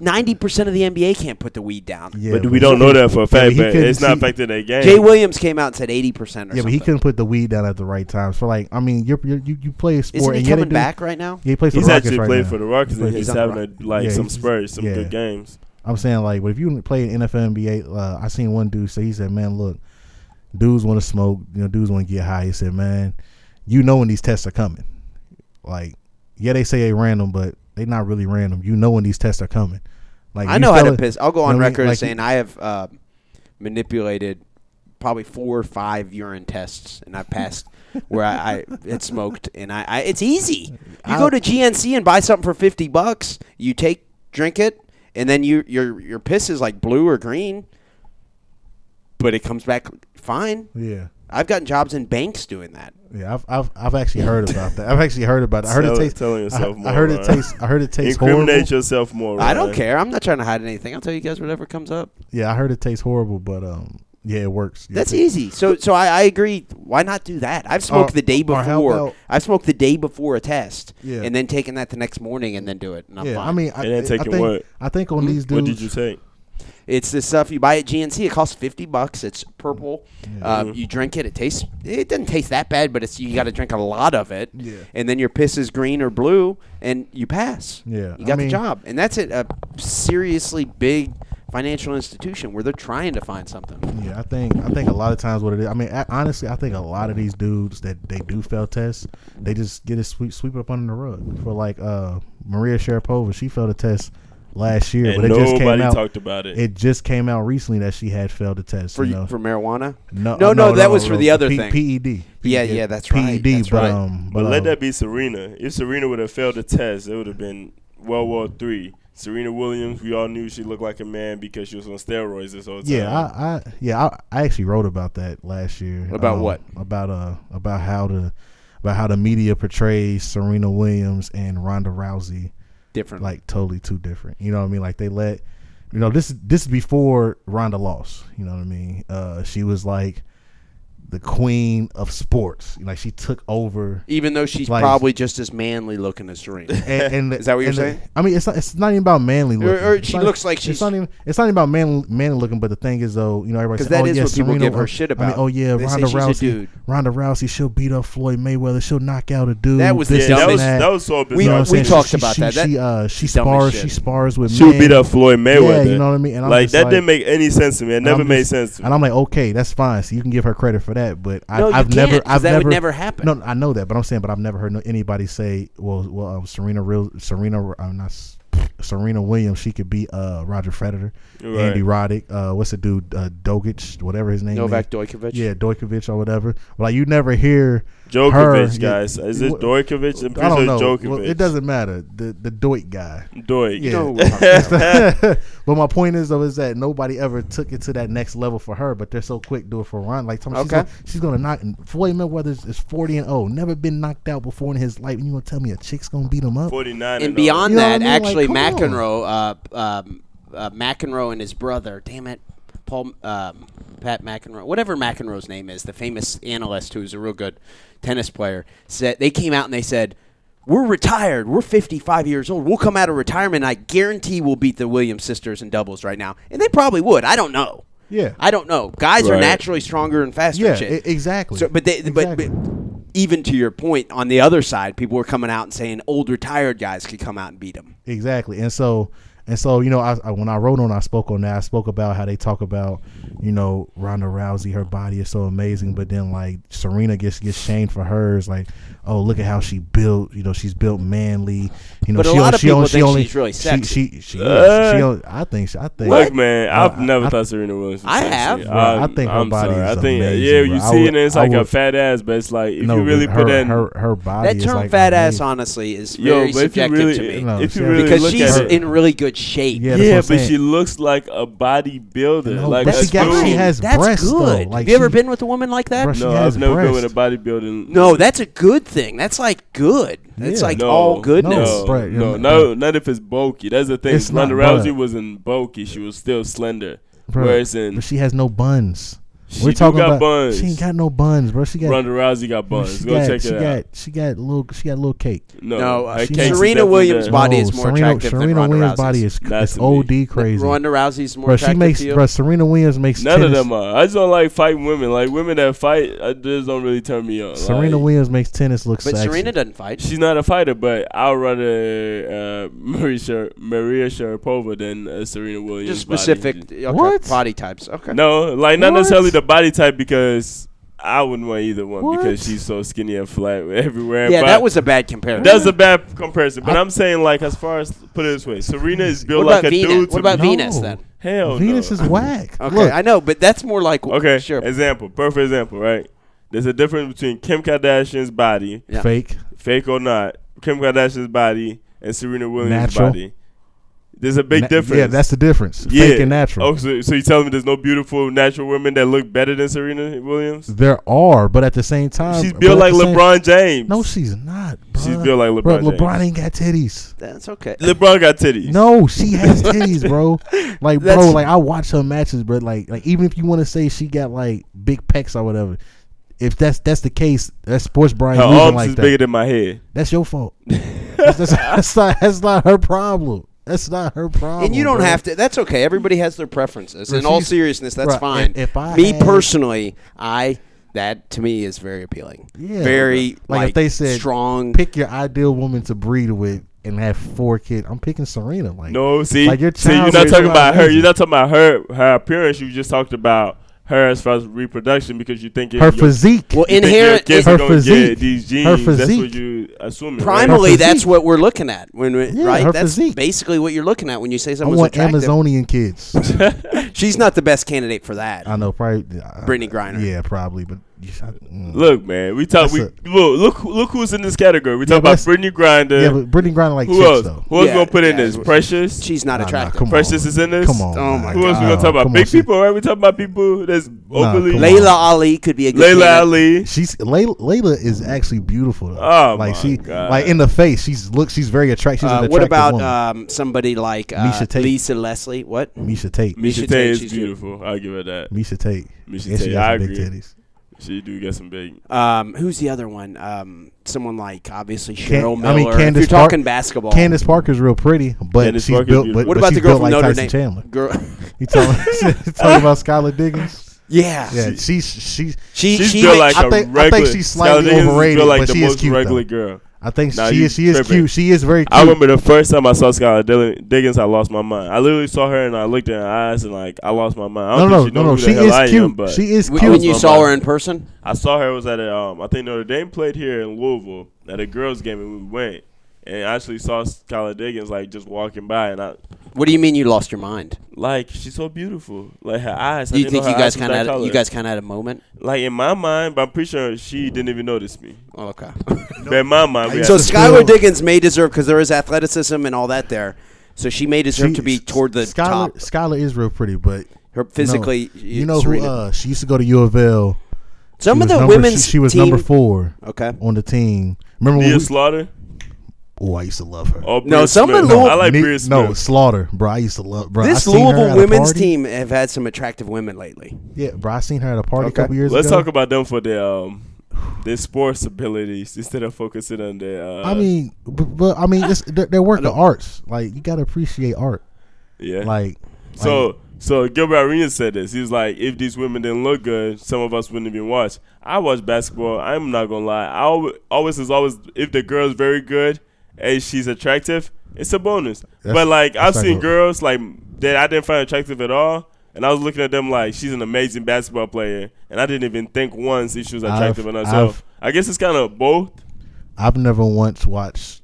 Ninety percent of the NBA can't put the weed down. Yeah, but we don't know that for a fact. he but couldn't it's not see- affecting their game. Jay Williams came out and said eighty percent or Yeah, but something. he couldn't put the weed down at the right times. For like, I mean, you're, you're, you you play a sport. Isn't he and you gotta coming do- back right now? Yeah, he plays for he's the Rockets actually right playing now. for the Rockets and plays- he's he's on having the a, like Yeah, some he's- spurs, some yeah. good games. I'm saying like, but if you play in NFL, NBA, uh, I seen one dude say he said, "Man, look, dudes want to smoke. You know, dudes want to get high." He said, "Man, you know when these tests are coming. Like, yeah, they say they random, but they not really random. You know when these tests are coming. Like, I you know how to fella- piss. I'll go you on know what I mean? record Like, as saying I have uh, manipulated probably four or five urine tests, and I passed where I, I had smoked. And I, I it's easy. You go I'll- to GNC and buy something for fifty bucks. You take, drink it, and then you your your piss is like blue or green, but it comes back fine. yeah." I've gotten jobs in banks doing that. Yeah, I've, I've I've actually heard about that. I've actually heard about. It. I heard Tell- it tastes. telling I, yourself I more, heard it Ryan. tastes. I heard it tastes Incriminate horrible. yourself more. I don't Ryan. care. I'm not trying to hide anything. I'll tell you guys whatever comes up. Yeah, I heard it tastes horrible, but um, yeah, it works. You That's take- easy. So so I, I agree. Why not do that? I've smoked Or- the day Oh, or how before. about- I've smoked the day before a test, Yeah. and then taken that the next morning, and then do it. And I'm Yeah, fine. I mean, I, And then I taking think what? Hmm? I think on these What dudes. did you take? it's the stuff you buy at GNC. It costs fifty bucks. It's purple. Uh, Mhm. you drink it. It tastes. It doesn't taste that bad, but it's you got to drink a lot of it. Yeah. And then your piss is green or blue, and you pass. Yeah, You I got the mean- job, and that's it. A seriously big financial institution where they're trying to find something. Yeah, I think I think a lot of times what it is. I mean, I, honestly, I think a lot of these dudes that they do fail tests, they just get it sweep sweep it up under the rug. For like uh Maria Sharapova, she failed a test last year, And but it just came nobody out. talked about it. it just came out recently that she had failed a test. For you know? for marijuana. no, no, uh, no, that was for the other P- E thing. PED. Yeah, yeah, that's right, PED, that's but right. um, But but let uh, that be Serena. If Serena would have failed the test, it would have been World War Three. Serena Williams, we all knew she looked like a man because she was on steroids this whole time. Yeah, I, I yeah, I, I actually wrote about that last year. About what? About uh about how the about how the media portrays Serena Williams and Ronda Rousey Different. like totally two different. You know what I mean? Like they let you know this this is before Ronda lost. You know what I mean? Uh, she was like the queen of sports. Like she took over. Even though she's Like- probably just as manly looking as Serena. And, and Eh, Is that what you're and the- saying? I mean, it's not, it's not even about manly Or- looking. or It's she not- looks like she's- It's not even. It's not even about manly, manly looking. But the thing is, though, you know, everybody 'Cause says, that "Oh is yeah, what people Serena, give her or- shit I mean, about. oh yeah, They say Ronda she's a Rousey. dude. Ronda Rousey. She'll beat up Floyd Mayweather. She'll knock out a dude. That was the Yeah, this, that dumbest- was that. that was so bizarre. We- You know what I'm we saying? She- talked she- about she- that. That- She uh, she dumbest spars. shit. She spars with. she would men. beat up Floyd Mayweather. you know what I mean? And I'm like just that like- didn't make any sense to me. It never I'm made just- sense. To me. And I'm like, okay, that's fine. So you can give her credit for that, but I, No, you I've can't, never, 'cause I've that would never, never happen. No, I know that, but I'm saying, but I've never heard no- anybody say, well, well, um, Serena, real Serena, I'm not S- Serena Williams. She could be uh, Roger Federer, Right. Andy Roddick, uh, what's the dude, uh, Dogic, whatever his name, Novak is. Djokovic. yeah, Dojkovic or whatever. But like, you never hear her, Djokovic, yeah, guys, is it wh- Djokovic? I'm I don't pretty sure know. it's Djokovic. Well, it doesn't matter. The the Doik guy. Djokovic. You know who Yeah. we're talking about. but my point is though is that nobody ever took it to that next level for her, but they're so quick to do it for Ron. Like Tom, Okay. she's, gonna, she's gonna knock Floyd Mayweather is- is forty and oh, never been knocked out before in his life, and you gonna tell me a chick's gonna beat him up? 49 and beyond You know that, what I mean? actually, Like, come on. McEnroe, uh, um, uh, McEnroe and his brother, damn it, Paul, um, Pat McEnroe, whatever McEnroe's name is, the famous analyst who's a real good tennis player, said they came out and they said, "We're retired. We're 55 years old. We'll come out of retirement. I guarantee we'll beat the Williams sisters in doubles right now." And they probably would. I don't know. Yeah. I don't know. Guys are Right. naturally stronger and faster. Yeah, and shit. e- exactly. So, but, they, Exactly. but but even to your point, on the other side, people were coming out and saying old retired guys could come out and beat them. Exactly. And so and so you know, I, I when I wrote on, I spoke on that. I spoke about how they talk about you know Ronda Rousey, her body is so amazing, but then like Serena gets gets shamed for hers. Like, oh look at how she built. You know, she's built manly. You know, But a she lot on- of she people on- think she only, she's really she- sexy. She she, she, Uh, she on- I think she, I think. Look, man, I've I- never I- thought Serena Williams. was I sexy. have. Bro, I I'm- think her I'm body sorry. is I think, amazing, yeah, bro. you I see it, would- and it's I like a would- fat ass, but it's like if no, you but really her, put in her her body. That is term like fat ass, amazing. honestly, is yo, very but if you subjective really, to me. No, if you yeah. really because look she's at it, in really good shape. Yeah, that's yeah, what but I'm saying. she looks like a bodybuilder. No, like but a she got- dude. she has That's breasts, though. good. Like, Have you ever she- been with a woman like that? Bruh, she No, has I've never been breasts. with a bodybuilding. No, that's a good thing. That's like good. That's Yeah. like no, all goodness. No, Right, no, yeah. no, not if it's bulky. That's the thing. It's Ronda not, but- Rousey was in bulky. She was still slender. Bro, Whereas in but she has no buns. She do got buns. She ain't got no buns, bro. She got Ronda Rousey got buns. She Go got, check she it got, out. She got little. She got little cake. No, No, uh, her she- cakes is Serena definitely Williams' there. body- is more Serena, attractive than Serena Ronda Williams' Rousey's. body is Not it's to OD me. crazy. Ronda Rousey's more bro, she attractive makes. to you. Bro, Serena Williams makes. None tennis, of them are. I just don't like fighting women. Like women that fight, I just don't really turn me on. Serena Like, Williams makes tennis look but sexy. Serena doesn't fight. She's not a fighter, but I'd rather uh, Maria, Shar- Maria Sharapova than uh, Serena Williams. Just body. specific okay, What? body types. Okay. No, like not What? necessarily the body type because I wouldn't want either one What? because she's so skinny and flat everywhere. yeah, but that was a bad comparison. that's a bad comparison. But I, am saying like as far as put it this way, Serena is what built about like a Venus? What dude. to about be- No. Venus then? Hell, Venus no. is whack. Okay, Look, I know, but that's more like Okay, Sure. example, perfect example, right? There's a difference between Kim Kardashian's body, Yeah. fake. fake or not, Kim Kardashian's body and Serena Williams' Natural. body. There's a big Na- difference. Yeah, that's the difference. Fake and natural. Oh, so, so you telling me there's no beautiful natural women that look better than Serena Williams? There are, but at the same time, She's Uh, but built at like the same- LeBron James. No, she's not. Bro. She's built like Bro, LeBron. LeBron ain't got titties. That's okay. James. LeBron got titties. No, she has titties, bro. Like, bro, That's- like I watch her matches, bro. Like, like even if you want to say she got like big pecs or whatever, if that's that's the case, that's sports Brian her losing arms like is that. bigger than my head. that's your fault. that's, that's, that's not that's not her problem. That's not her problem. and you don't bro. have to. That's okay. Everybody has their preferences. Bro, In all she's- seriousness, that's bro, if- fine. if I me had- personally, I that to me is very appealing. Yeah. very like, Like, if they said, strong. pick your ideal woman to breed with and have four kids. I'm picking Serena. Like, No, see, Like, your see, you're child not is talking about her. amazing. You're not talking about her. Her appearance. You just talked about her as far as reproduction because you think her physique. well, You think your inherent. kids it- are Her gonna physique. Get these Her genes. That's what physique. you assuming. right? Primarily, Her that's physique. what we're looking at when we, Yeah, right. her That's physique. basically what you're looking at when you say I someone's want attractive. Amazonian kids. She's not the best candidate for that. I know, probably I- Brittany Griner. Yeah, probably, but mm. Look, man, we talk. That's We a- look, look, who- look who's in this category. We Yeah, talk but about that's- Brittany Grinder. yeah, but Brittany Griner like who chicks else? though. Who else Yeah, gonna put in yeah, this? it's- Precious. She's not Nah, nah, attractive. come on. Precious is in this. Come on, Oh man. my Who else we God. gonna talk Come about? on, Big she- people, right? We talking about people that's Nah, openly come on. Layla Ali could be a good Layla candidate. Ali. She's Layla, Layla is actually beautiful. Though. Oh, like my she God. like in the face. She's look. She's very attractive. She's Uh, an what attractive about woman. um, somebody like uh, Misha Tate. Lisa Leslie? What? Misha Tate? Misha Tate, Tate is she's beautiful. I'll give her that. Misha Tate. Misha and Tate, she has I some big agree. titties. She do get some big. Um, who's the other one? Um, someone like obviously Can- Cheryl Miller. I mean, if Candace you're Park- talking basketball, Candace Parker's real pretty, but Candace she's Parker's built. But, beautiful. what but about she's the girl from built like Notre Tyson Dame? Chandler? Girl, You talking, talking about Skylar Diggins? yeah. Yeah, she's she's. She, She's she built ma- like I a think- I think regular. she's slightly Skylar Diggins is overrated, built like but the she is most cute, though. regular girl. I think Nah, she you is she is tripping. cute. She is very cute. I remember the first time I saw Skylar Dill- Diggins, I lost my mind. I literally saw her and I looked in her eyes and like I lost my mind. I no, don't no, think no, she know no. who She the hell I is am, cute. but She is when cute. you saw her in person, I saw her was at a um, I think Notre Dame played here in Louisville at a girls game and we went and I actually saw Skylar Diggins like just walking by and I what do you mean you lost your mind? like she's so beautiful like her eyes. I Do you didn't know think you her guys eyes was kind that of color. you guys kind of had a moment? like in my mind, but I'm pretty sure she didn't even notice me. Oh, okay. But in my mind, we so had- just Skylar feel- Diggins may deserve because there is athleticism and all that there. So she may deserve She- to be toward the Skylar, top. Skylar is real pretty, but Her physically, no. you know Serena. who? Uh, she used to go to U of L. some of She was the number, women's she, she was team, number four Okay. on the team. Remember when? Leah We, Slaughter. oh, I used to love her. Or No, Britt some of Smith. the Louis- I like Ne- Britt Smith. no Slaughter, bro. I used to love bro. This I seen her at Louisville a women's party. team have had some attractive women lately. Yeah, bro. I seen her at a party Okay. a couple years Let's ago. talk about them for their um, their sports abilities instead of focusing on their. Uh, I mean, but, but I mean, it's, they're, they're work of arts. Like you gotta appreciate art. yeah. Like like, so so Gilbert Arenas said this. He was like, if these women didn't look good, some of us wouldn't even watch. I watch basketball. I'm not gonna lie. I always, always is always if the girl's very good and she's attractive, it's a bonus. but like I've that's not seen good. girls like that I didn't find attractive at all. And I was looking at them like she's an amazing basketball player, and I didn't even think once if she was attractive I've- or not. So I've- I guess it's kind of both. I've never once watched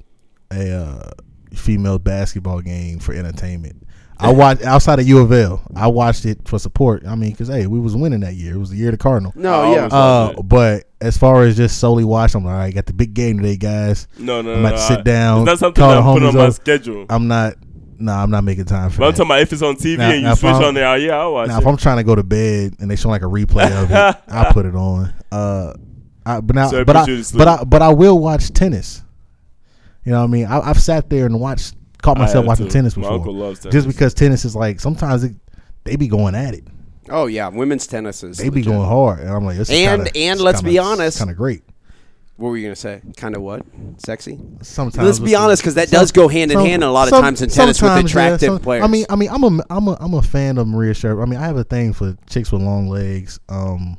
a uh, female basketball game for entertainment. I watched outside of U of L. I watched it for support. I mean, because hey, we was winning that year. It was the year of the Cardinal. No, I yeah. always Uh, thought that. but as far as just solely watching, I'm like, all right, got the big game today, guys. No, no, I'm about no. to no, sit I- down, It's not something call that the I'm putting homies on my up. schedule. I'm not. Nah, I'm not making time for But I'm that. talking about if it's on TV Now- and you now if switch I'm- on there, oh, yeah, I'll watch now, it. if I'm trying to go to bed and they show like a replay of it, I put it on. Uh, I, but now, So it but puts I, you to but sleep. I, but I will watch tennis. You know what I mean? I, I've sat there and watched, caught I myself have watching too. tennis My before. uncle loves tennis. Just because tennis is like sometimes it, they be going at it, Oh yeah, women's tennis is. they be legit. going hard, and I'm like, this is And- kinda, and let's be honest, kind of great. What were you gonna say? Kind of what? Sexy. Sometimes Let's with be the- honest, because that some- does go hand in some- hand a lot of some- times in tennis with sometimes, yeah, attractive some- players. I mean, I mean, I'm a, I'm a, I'm a fan of Maria Sharapova. I mean, I have a thing for chicks with long legs. Um,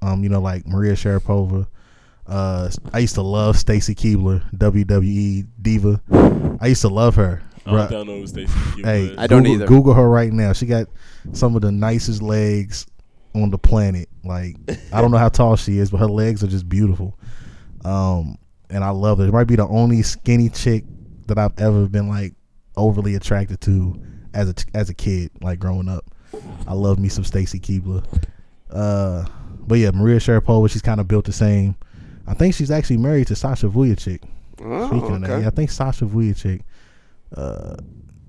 um, you know, like Maria Sharapova. Uh, I used to love Stacy Keebler, WWE diva. I used to love her. I don't, bruh. think I know who Stacey Hey, Keebler I is. don't Google, either. Google her right now. She got some of the nicest legs on the planet. Like I don't know how tall she is, but her legs are just beautiful. Um, and I love it. It might be the only skinny chick that I've ever been like overly attracted to as a as a kid, like growing up. I love me some Stacy Keebler. Uh, but yeah, Maria Sharapova, she's kind of built the same. I think she's actually married to Sasha Vujacic. Oh, Speaking of that, okay. yeah, I think Sasha Vujacic uh,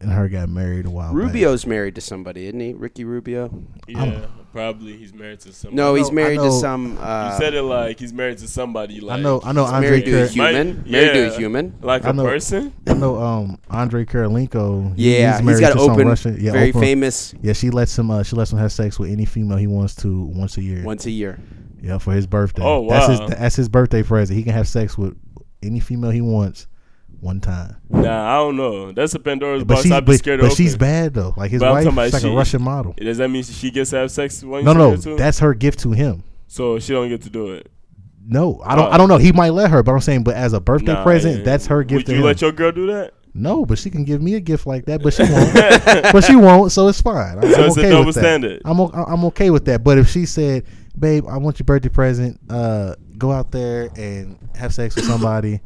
and her got married a while back. Rubio's married to somebody, isn't he? Ricky Rubio. Yeah, probably he's married to somebody. No, he's I married to know- some. you Uh, said it like he's married to somebody. Like I know, I know he's Andre. married to a Kir- human. Married to a human. like I a know. person. I know, um, Andre Karolinko. he- yeah, he's married got to some open, Russian- yeah, very open- famous Yeah, she lets him. Uh, she lets him have sex with any female he wants to once a year. once a year. Yeah, for his birthday. Oh, That's wow. his, that's his birthday present. He can have sex with any female he wants one time. Nah, I don't know. That's a Pandora's But box. she's I'd be but, scared but to she's open. bad though. Like his But I'm wife, talking about she's like she- a Russian model. Does that mean she gets to have sex when No, she's no, married to him? that's her gift to him. so she don't get to do it. No, I don't. Oh. I don't know. He might let her, but I'm saying, but as a birthday Nah, present, yeah. that's her gift Would to you him. let your girl do that? no, but she can give me a gift like that, but she won't. but she won't, so it's fine. I'm, So I'm it's a okay double with that. standard. I'm o- I'm okay with that. But if she said, "Babe, I want your birthday present. Uh, go out there and have sex with somebody,"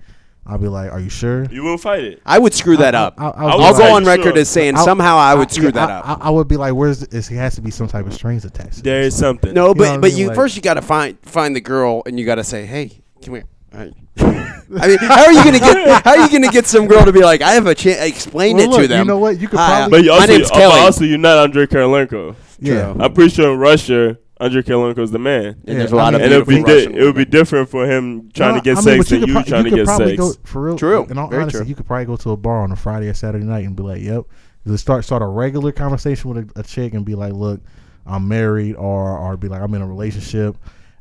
I'll be like, "Are you sure?" You will fight it. I would screw that up. I- I- I'll, I was like- go on record Sure. as saying I'll- somehow I would I- screw yeah, that I, up. I, I would be like, "Where's? Is, it has to be some type of strings attached." There is something. no, but what I but mean? you Like- first you got to find find the girl and you got to say, hey, come here. All right. I mean, how are you gonna get how are you gonna get some girl to be like I have a chance? Explain Well, it look, to you them. know what? You could Hi, probably- But you my also, name's uh, but Kelly. also you're not Andre Karolinko. yeah. True. I'm pretty sure in Russia, Andre Karolinko is the man. and there's a Yeah, lot I mean- and of it'll be beautiful di- Russian it'll be women. different for him trying No, to get I mean, sex but than you, could pro- trying you to could get probably sex. Go, for real, True. In all Very honesty, true. you could probably go to a bar on a Friday or Saturday night and be like, "Yep," just start start a regular conversation with a, a chick and be like, "Look, I'm married," or or be like, "I'm in a relationship."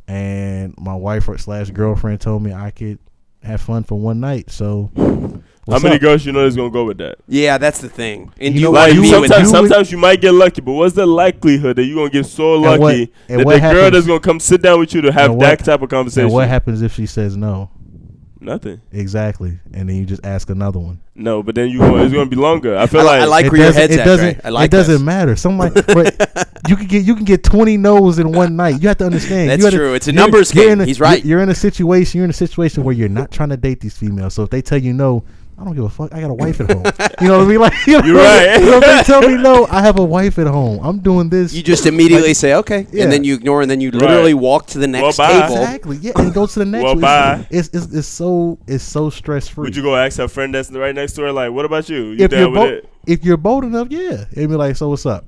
and my wife or slash girlfriend told me I could have fun for one night. So what's How many up? girls you know is gonna go with that? Yeah, that's the thing. And You you, know want what? to You be with sometimes, you would- sometimes you might get lucky, but what's the likelihood that you're gonna get so what- lucky and that what the girl happens- that's gonna come sit down with you to have and what- that type of conversation? And what happens if she says no? Nothing. Exactly, and then you just ask another one. No, but then you gonna, it's gonna be longer. I I, feel li- like, I like it where your doesn't- head's it at. doesn't, Dre. I like it doesn't this. matter. Somebody, but you can get you can get twenty no's in one night. You have to understand. That's you have to- true. It's a you're- numbers you're game. in a- He's right. You're in a situation. You're in a situation where you're not trying to date these females. So if they tell you no, I don't give a fuck. I got a wife at home. You know what I mean? Like you know You're what I mean? right. You know, if they tell me no, I have a wife at home. I'm doing this. You just immediately say okay, Yeah. and then you ignore, and then you literally walk to the next bye. table. exactly. Yeah, and go to the next Well, one. bye. It's, it's it's so it's so stress free. would you go ask her friend that's right next to her? Like, what about you? You if you're down with bold, it? if you're bold enough, yeah, it'd be like, so what's up?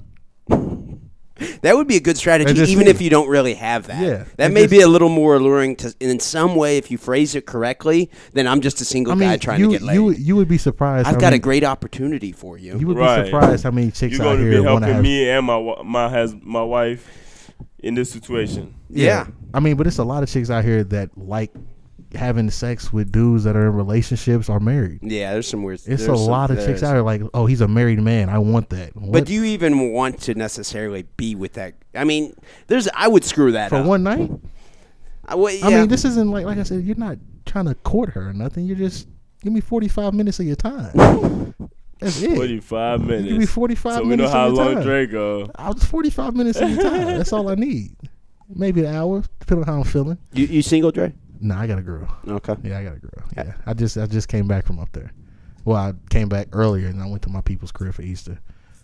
That would be a good strategy, And just even see. if you don't really have that. Yeah. That And may just- be a little more alluring to, in some way, if you phrase it correctly, then I'm just a single I mean, guy trying you, to get laid. you would- you would be surprised. I've how got many- a great opportunity for you. You would Right. be surprised how many chicks You're out gonna here be want to helping have. me and my wa- my has my wife in this situation. yeah. I mean, but it's a lot of chicks out here that like having sex with dudes that are in relationships or married. Yeah, there's some weird. It's there's a some- lot of there's- chicks out here like, oh, he's a married man. I want that. But What- do you even want to necessarily be with that? I mean, there's. I would screw that for up. one night? I, would- I yeah. mean, this isn't like like I said. You're not trying to court her or nothing. You're just give me 45 minutes of your time. That's it. Forty five minutes. be 45 So we know minutes how of your long time. Dre go. I was 45 minutes of your time. That's all I need. Maybe an hour, depending on how I'm feeling. you, you single, Dre? Nah, I got a girl. Okay. Yeah, I got a girl. Yeah, I just I just came back from up there. Well, I came back earlier and I went to my people's crib for Easter.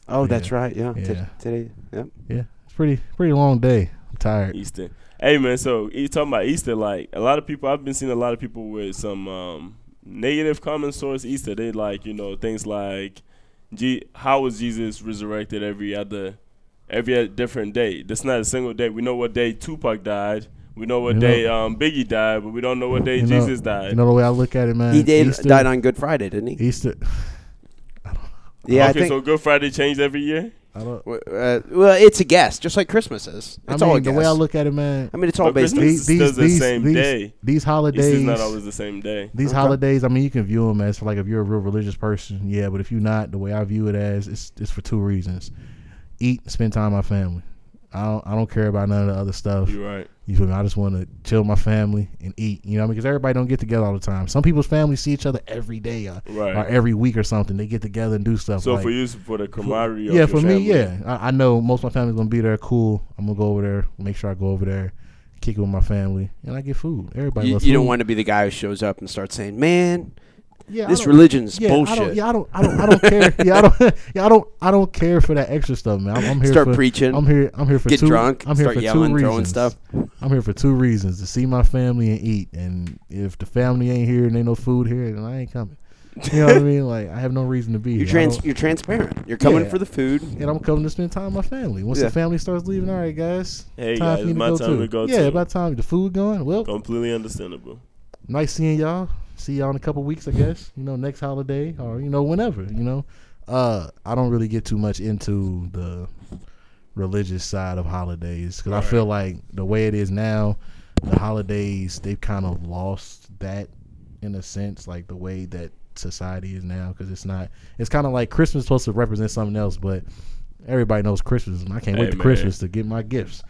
Oh, Yeah. that's right. Yeah. T- Yeah. Today. Yep. Yeah, it's pretty pretty long day. I'm tired. Easter. Hey man, so you talking about Easter? Like a lot of people, I've been seeing a lot of people with some um, negative comments towards Easter. They like you know things like, G- "How was Jesus resurrected every other, every other different day? That's not a single day. We know what day Tupac died. We know what You know- day um, Biggie died, but we don't know what day You know- Jesus died. You know the way I look at it, man. He did, Easter, died on Good Friday, didn't he? Easter. yeah, okay, I think. so Good Friday changed every year. I don't. w- uh, well, it's a guess, just like Christmas is. It's I all a mean, the guess. way I look at it, man. I mean, it's all But based. Christmas- It's still the same these, day. These Easter's holidays. not always the same day. these Okay. holidays, I mean, you can view them as like if you're a real religious person, yeah. But if you're not, the way I view it as, it's it's for two reasons: eat, and spend time with my family. I don't I don't care about none of the other stuff. You're right. You feel me? I just want to chill with my family and eat. You know what I mean? Because everybody don't get together all the time. Some people's families see each other every day or, Right. or every week or something. They get together and do stuff. So like- for you, it's for the camaraderie. of yeah, your for family. me, yeah. I, I know most of my family's gonna be there. Cool. I'm gonna go over there. Make sure I go over there, kick it with my family, and I get food. Everybody you, loves you don't food. want to be the guy who shows up and starts saying, "Man, yeah, I this don't- religion's yeah, I bullshit." don't, yeah, I don't, I don't, I don't care. Yeah, I don't, yeah, I don't, I don't care for that extra stuff, man. I'm, I'm here Start for, preaching. I'm here, I'm here for Get two, drunk, I'm here start for yelling, two throwing reasons. stuff. I'm here for two reasons: to see my family and eat. And if the family ain't here and ain't no food here, then I ain't coming. You know what I mean? Like I have no reason to be. You're here. I trans. don't- You're transparent. You're coming Yeah. for the food. and I'm coming to spend time with my family. Once Yeah. the family starts leaving, all right, guys. Hey, guys, it's my time to go, Yeah, too. about time the food going. Well, Completely understandable. nice seeing y'all. See y'all in a couple weeks, I guess. You know, next holiday or you know whenever. You know, uh, I don't really get too much into the religious side of holidays because I feel like the way it is now, the holidays they've kind of lost that in a sense, like the way that society is now. Because it's not, it's kind of like Christmas is supposed to represent something else, but everybody knows Christmas. I can't Hey, wait to man. Christmas to get my gifts.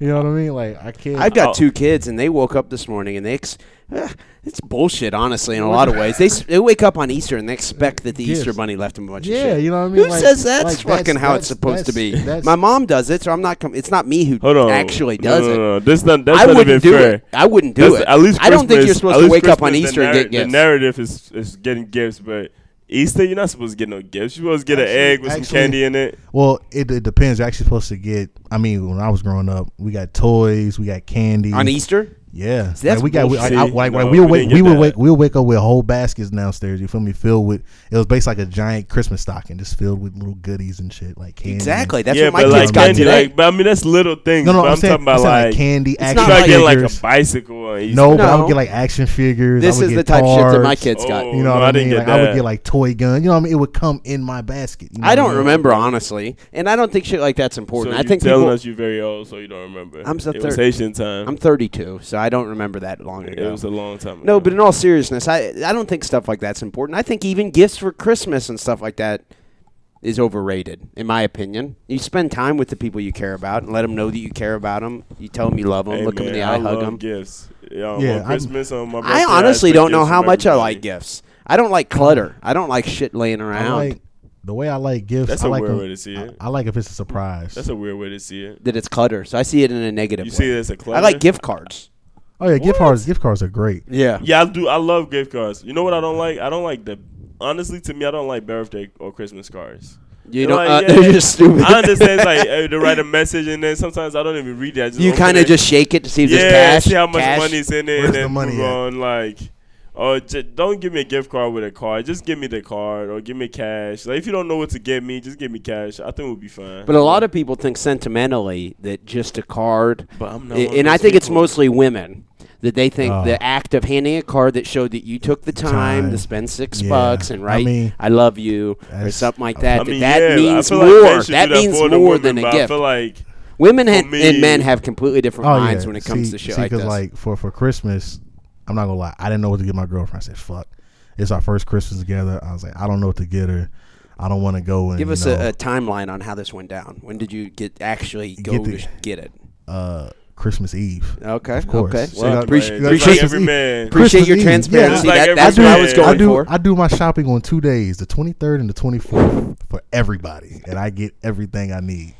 You know what I mean? Like I can't. I've got Oh. two kids, and they woke up this morning, and they ex- eh, it's bullshit, honestly, in a lot of ways. They s- they wake up on Easter and they expect that the Gifts. Easter Bunny left them a bunch Yeah, of shit. you know what I mean? Who Like- says that's like, that's- fucking how it's that's- supposed to be? that's- that's- My mom does it, so I'm not. Com- it's not me who Hold on. actually No, does no, it. no, no. That's not. That's I not wouldn't even do fair. it. I wouldn't do That's- it. At least I don't think you're Christmas- supposed at to least wake up on Christmas, the Easter and narr- get gifts. The narrative is is getting gifts, but Easter you're not supposed to get no gifts. You're supposed to get Actually- an egg with some actually- candy in it. Well, it, it depends. You're actually supposed to get. I mean, when I was growing up, we got toys, we got candy On Easter, Yeah, See, that's like, we got. We, like, bullshit. I- like, No, like, we'll we wake. didn't We get would that. wake. We'll wake up with whole baskets downstairs. You feel me? Filled with. It was basically like a giant Christmas stocking, just filled with little goodies and shit like candy. exactly. That's yeah, what my but kids like got candy, today. like. But I mean, that's little things. No, no, but I'm, I'm, saying, talking about I'm saying, like. candy. not you action not like- getting like figures. a bicycle or Oh, he's no, but I No. would get like action figures. I This would is get the type of shit that my cards. kids got. Oh. You know No, what I I, didn't mean? get Like, I that. would get like toy guns. You know what I mean? It would come in my basket. you know I what don't mean? remember honestly, and I don't think shit like that's important. So I you think telling people, us you're very old, so you don't remember. I'm so It was thirty. Haitian time. I'm 32, so I don't remember that long ago. it was a long time. No, ago. but in all seriousness, I I don't think stuff like that's important. I think even gifts for Christmas and stuff like that is overrated, in my opinion. You spend time with the people you care about and let them know that you care about them. You tell them you love them, Hey, look them in man, the eye, I hug love them. Gifts. Yeah, Yeah, on I'm- Christmas on my birthday, I honestly expect don't know gifts how from much I everybody. like gifts. I don't like clutter. I don't like shit laying I around. like the way I like gifts. That's I a like weird 'em- way to see it. I, I like if it's a surprise. That's a weird way to see it. that it's clutter, so I see it in a negative. You way. see it as a I clutter? like gift cards. oh yeah, gift cards. Gift cards are great. Yeah. Yeah, I do. I love gift cards. You know what I don't like? I don't like the. Honestly, to me, I don't like birthday or Christmas cards. You know, They're like, uh, yeah, they're just stupid. I understand it's like uh, to write a message, and then sometimes I don't even read that. you kind of just shake it to see if yeah, there's cash. see how much cash. money's in it, Where's and the then money move at? on. Like, oh, j- don't give me a gift card with a card. Just give me the card, or give me cash. Like, if you don't know what to get me, just give me cash. I think we'll be fine. But a lot of people think sentimentally that just a card. But I'm not I- one of and I those think it's people. mostly women that they think Oh. the act of handing a card that showed that you took the time, to Time. spend six Yeah. bucks and I write I, mean, love you or that's- something like that. I mean, that yeah, means I feel more. Like men should that do means for the more women, than a but I gift. feel like women had, me- and men have completely different Oh minds yeah. when it comes see, to shit see, like this. like for for Christmas, I'm not gonna lie. I didn't know what to get my girlfriend. I said, "Fuck, it's our first Christmas together." I was like, "I don't know what to get her. I don't want to go and Give you us know, a, a timeline on how this went down. When did you get actually go Get the- to sh- get it? uh, Christmas Eve." Okay. Of course. Okay. So Well, that's appreci- like, that's just appreciate like every Eve. man. Pre- appreciate your Christmas Eve. transparency. Just like That- every that's what I man. was I going do for. I do my shopping on two days, the 23rd and the 24th, for everybody, and I get everything I need.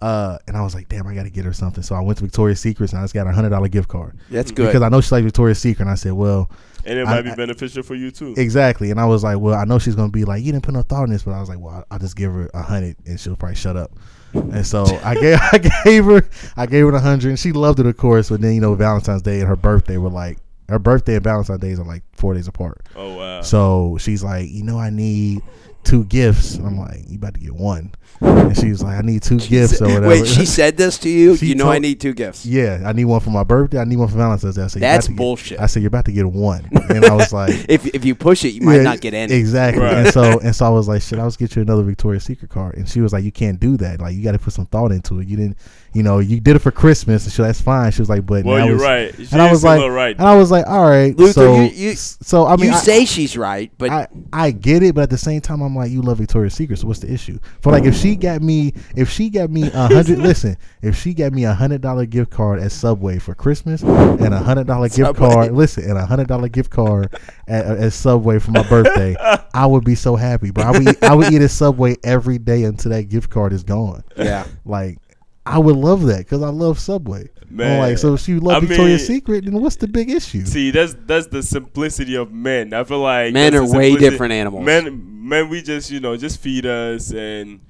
Uh, and I was like, damn, I got to get her something. So I went to Victoria's Secrets and I just got a hundred dollar gift card That's good. because I know she likes Victoria's Secret. And I said, well, and it I- might be I- beneficial for you too. exactly. And I was like, well, I know she's gonna be like, you didn't put no thought in this, but I was like, well, I'll- I'll just give her a hundred and she'll probably shut up. And so I gave I gave her I gave her a hundred and she loved it, of course. But then you know Valentine's Day and her birthday were like her birthday and Valentine's Days are like four days apart. oh wow. So she's like, you know, I need two gifts. And I'm like, you about to get one. And she's like, I need two gifts or whatever. Wait, she said this to you? She you know I told- need two gifts. yeah, I need one for my birthday. I need one for Valentine's Day. I said, "You're That's about to get-" bullshit. I said, you're about to get one. And I was like, If, if you push it, you might yeah, not get any. Exactly. Right. And so and so I was like, shit, I was get you another Victoria's Secret card. And she was like, You can't do that. Like you gotta put some thought into it. You didn't you know, you did it for Christmas and she that's fine. She was like, but well, now you're it's- right. She And I was like, right. and I was like, all right, Luther, so, you- you- so I mean, you I- say she's right, but I, I get it, but at the same time, I'm like, you love Victoria's Secret, so what's the issue? For like, if she got me, if she got me a hundred, listen, if she got me a hundred dollar gift card at Subway for Christmas, and a hundred dollar gift Subway. card, listen, and a hundred dollar gift card at, at Subway for my birthday, I would be so happy. But I would, I would eat at Subway every day until that gift card is gone. yeah. Like. I would love that because I love Subway. Man, Man. like, so if she I loved Victoria's mean- Secret, then what's the big issue? See, that's that's the simplicity of men. I feel like Men that's are the way simplicity- different animals. Men, men, we just you know just feed us and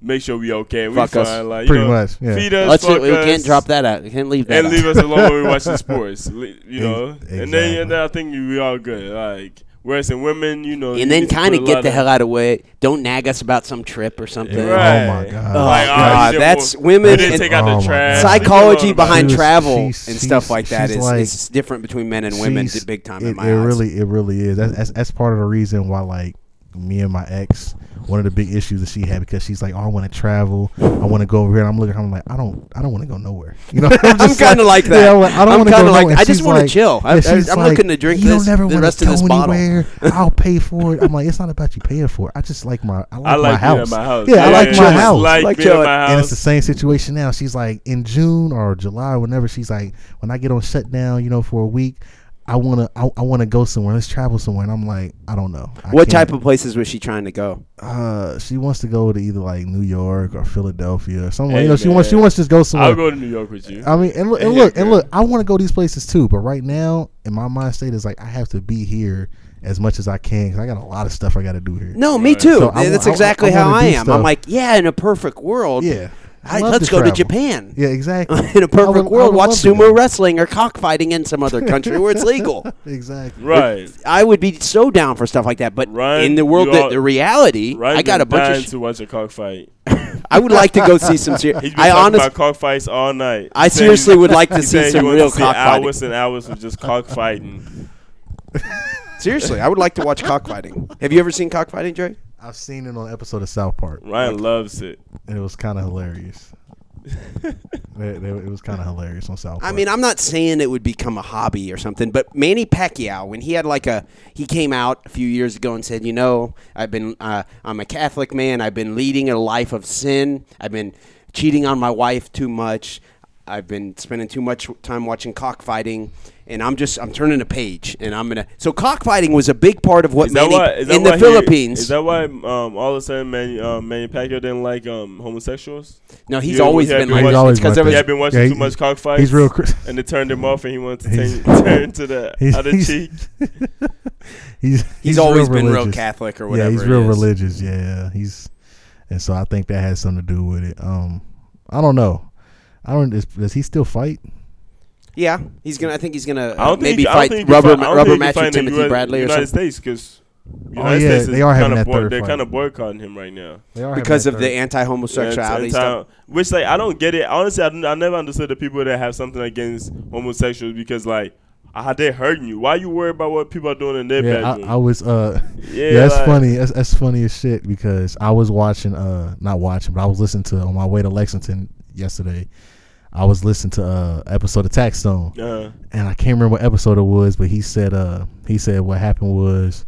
make sure we okay. We Fuck fine. us. Like, you Pretty know, much, yeah. Feed us. Let's fuck we us, can't drop that out. We can't leave that. and out. leave us alone when we watch the sports. li- You know, and then exactly. and then I think we all good. Like whereas in women, you know, you and then need to kind of put a get lot the hell out of way. Don't nag us about some trip or something. Right. Oh my god! Oh, Like, God, ah, shit, that's boy, women We didn't and- take out Oh, the my trash. God. Leave me alone Psychology about behind it. She was- travel and she's- stuff like that she's is, like- is different between men and women, She's- big time it, in my it eyes. really it really is that's, that's that's part of the reason why like me and my ex one of the big issues that she had because she's like oh i want to travel i want to go over here and i'm looking at her, i'm like i don't i don't want to go nowhere you know i'm, I'm just kind of like that. yeah, I'm like, i don't I'm want to kinda go like nowhere. I just She's want to like- chill. I, yeah, she's am like, looking to drink you this. don't ever the wanna rest of go this bottle. anywhere. i'll pay for it i'm like it's not about you paying for it i just like my i like, I like my being house at my house. yeah, i Yeah, like yeah, my just yeah. house Like, Like being at chilling. my and it's the house. same situation now. She's like in June or July, whenever she's like, when I get on shutdown, you know, for a week, I wanna, I, I wanna go somewhere. Let's travel somewhere. And I'm like, I don't know. I What can't- type of places was she trying to go? Uh, she wants to go to either like New York or Philadelphia or somewhere. Hey, you know, she man. wants, she wants to just go I'll somewhere. go to New York with you. I mean, and look, and Yeah, look, and girl. look. I want to go these places too, but right now, in my mind state is like I have to be here as much as I can because I got a lot of stuff I got to do here. No, me Right. too. So I wa- That's I wa- exactly I how wanna I do am. I'm stuff. like, yeah, in a perfect world, yeah, I, love let's go to travel. Japan. Yeah, exactly. in a I perfect would- I world, would watch love to go. sumo wrestling or cockfighting in some other country where it's legal. Exactly. Right. I would be so down for stuff like that. But Ryan, in the world, you that are- the reality, Right. I got a bunch of. to watch a cockfight. I would like to go see some serious. He's been I talking honestly, about cockfights all night. I He said seriously he- would like to he said see he some wanted real to see cockfighting. Hours and hours of just cockfighting. Seriously, I would like to watch cockfighting. Have you ever seen cockfighting, Dre? I've seen it on an episode of South Park, Ryan loves it. and it was kind of hilarious. it, it- it was kind of hilarious on South Park. I mean, I'm not saying it would become a hobby or something, but Manny Pacquiao, when he had like a, he came out a few years ago and said, you know, I've been, uh, I'm a Catholic man. I've been leading a life of sin. I've been cheating on my wife too much. I've been spending too much time watching cockfighting, and I'm just, I'm turning a page, and I'm gonna. So cockfighting was a big part of what Is that Manny why? Is that in why the he- Philippines. Is that why um, all of a sudden Manny, um, Manny Pacquiao didn't like um, homosexuals? no, he's Yeah, always he had been like been watching- that. It's 'cause He's there always He was- had been watching Yeah, too he- much cockfights. he's real cr- And it turned him off, and he wanted to He's- turn, turn to the other he's- cheek. he's, He's, real always been real religious. Catholic or Yeah, whatever. he's it real is. religious. Yeah, he's, and so I think that has something to do with it. Um, I don't know. I don't. Is, does he still fight? Yeah, he's gonna. I think he's gonna I uh, don't think maybe he- I don't fight think he can rubber fight- I don't rubber think he can match fight with in the Timothy US Bradley or United something States because Oh, yeah, they are having that third They're fight. kind of boycotting him right now. They are having because that of the third- Yeah, it's anti-homosexuality anti- stuff. Which like I don't get it. Honestly, I, n- I never understood the people that have something against homosexuals because like, ah, they hurting you. Why you worried about what people are doing in their yeah, bedroom? I, I was uh Yeah, yeah, that's like- funny that's, that's funny as shit because I was watching uh not watching but I was listening to on my way to Lexington yesterday I was listening to uh episode of Tax Stone uh, and I can't remember what episode it was, but he said uh he said what happened was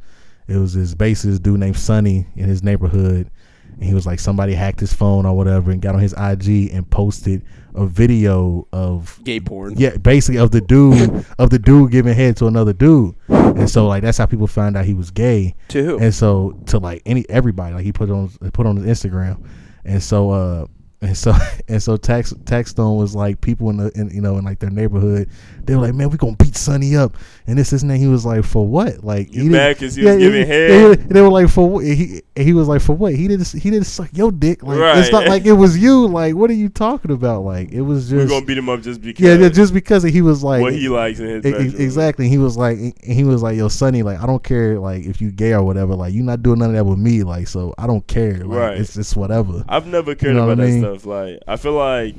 it was this basis dude named Sonny in his neighborhood and he was like somebody hacked his phone or whatever and got on his IG and posted a video of Gay porn. yeah, basically of the dude of the dude giving head to another dude. And so like that's how people found out he was gay. To who? And so to like any everybody like he put it on he put it on his Instagram. And so uh and so and so tax tax stone was like people in the in, you know in like their neighborhood they were like man we gonna beat Sonny up and this this and that. he was like for what like You he didn't- mad 'cause he was giving head? yeah, and they were like for what he and he was like for what he didn't he didn't suck your dick like it's not Right. like it was you like what are you talking about like it was we're just gonna beat him up just because. yeah, yeah, just because he was like what he likes in his e- e- bedroom. exactly. He was like and he was like, Yo, Sonny, like I don't care like if you gay or whatever, like you not doing none of that with me, like so I don't care. Like, Right. It's it's whatever. I've never cared You know what about I mean? that stuff. Like I feel like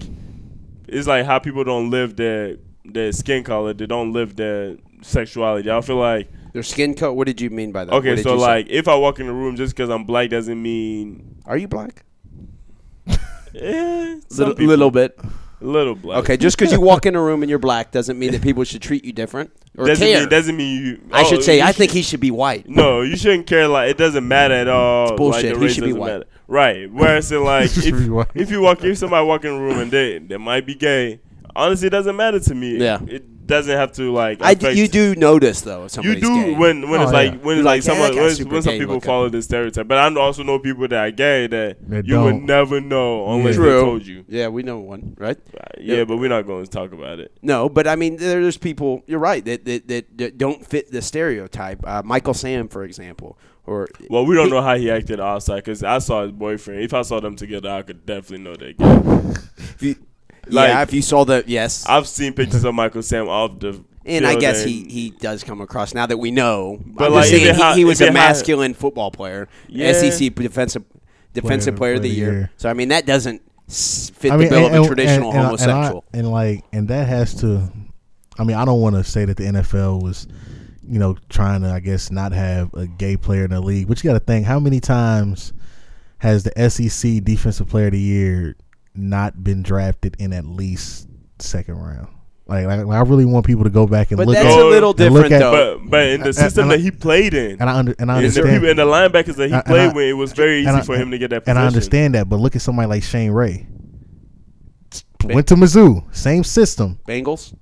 it's like how people don't live their their skin color. They don't live their sexuality. I feel like Their skin color. What did you mean by that? What okay, did so you say? like if I walk in the room just because I'm black doesn't mean are you black? eh, some Little, people- little bit. little black. Okay, just because you walk in a room and you're black doesn't mean that people should treat you different or doesn't care. mean doesn't mean you. I should oh, say you I should- think he should be white. No, you shouldn't care. Like it doesn't matter at all. bullshit. Like, the He race should be doesn't white. matter. Right. Whereas in like Should be white. if, if you walk if somebody walk in the room and they they might be gay. Honestly, it doesn't matter to me. Yeah. It doesn't have to like. I d- affect- you do notice though. If You somebody's do gay. when when Oh, it's yeah. like when You're like, "Yeah, that it's like someone guy's when, it's- super when some gay people looking." follow this stereotype. But I also know people that are gay that That you would don't. never know unless True. they told you. Yeah, we know one, right? Yeah, but we're not going to talk about it. No, but I mean, there- there's people. You're right that that, that, that don't fit the stereotype. Uh, Michael Sam, for example, or Well, we don't He- know how he acted outside because I saw his boyfriend. If I saw them together, I could definitely know they gay. if you, yeah, Like- if you saw the yes, I've seen pictures of Michael Sam off the. And I field guess he, and- he does come across now that we know. But I'm like, just saying even he, how- he was a even how- masculine football player, Yeah. SEC defensive defensive player, of the year. So I mean that doesn't s- fit the bill of a traditional and- and I- homosexual. And, like, and that has to. I mean, I don't want to say that the NFL was, you know, trying to, I guess, not have a gay player in the league. But you got to think, how many times has the SEC Defensive Player of the Year not been drafted in at least second round? Like, like, I really want people to go back and but look. that's at, at- a little and look different at- though. But but in the system and I- that he played in, and I under, and I and the, understand. people, and the linebackers that he And I- played and I- with, it was very easy and I- for him to get that. Position. And I understand that, but look at somebody like Shane Ray. Went to Mizzou, same system. Bengals.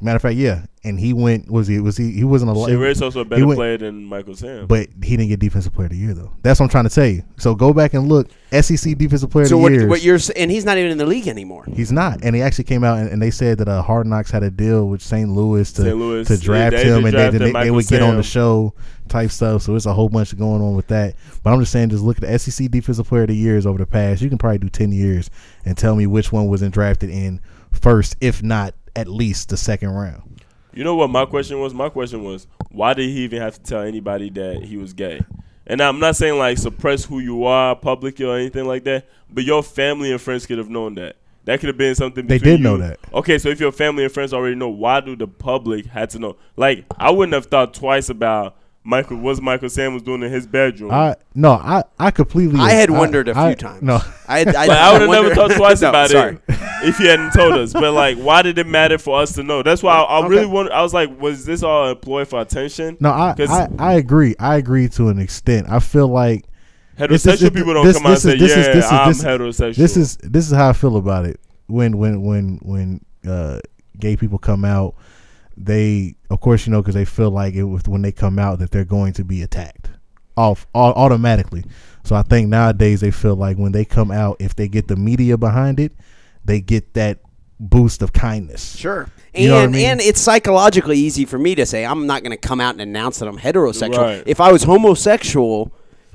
Matter of fact, yeah. And he went. Was he? Was he? He wasn't a. Shaver's also a better went- player than Michael Sam. But he didn't get defensive player of the year though. That's what I'm trying to tell you. So go back and look SEC defensive player So of the what, year. what you're s- and he's not even in the league anymore. He's not, and he actually came out and, and they said that uh, Hard Knocks had a deal with St. Louis to St. Louis, to yeah, draft they- they him, and they, drafted they, they Michael would get on the Sam. show type stuff. So it's a whole bunch going on with that. But I'm just saying, just look at the SEC defensive player of the years over the past. You can probably do ten years and tell me which one wasn't drafted in first, if not at least the second round. You know what my question was? My question was, why did he even have to tell anybody that he was gay? And I'm not saying like suppress who you are publicly or anything like that, but your family and friends could have known that. That could have been something. They between did know you- that. Okay, so if your family and friends already know, why do the public had to know? Like, I wouldn't have thought twice about Michael. What's Michael Samuels doing in his bedroom? I no, I I completely. I had wondered a few I- times. No, I, had- I, Like, I would have never wondered- thought twice No, about sorry. it if you hadn't told us. But like, why did it matter for us to know? That's why I, I Okay. really want. I was like, was this all employed for attention? no, I, 'Cause I I agree. I agree to an extent. I feel like heterosexual this is- people don't this- come out this is- and say, this "Yeah, is- this is- I'm this is- heterosexual." this is this is how I feel about it. When when when when uh, gay people come out, they of course you know because they feel like it was when they come out that they're going to be attacked off au- automatically. So I think nowadays they feel like when they come out, if they get the media behind it, they get that boost of kindness. Sure. And, You know what I mean? and it's psychologically easy for me to say I'm not going to come out and announce that I'm heterosexual. Right. If I was homosexual,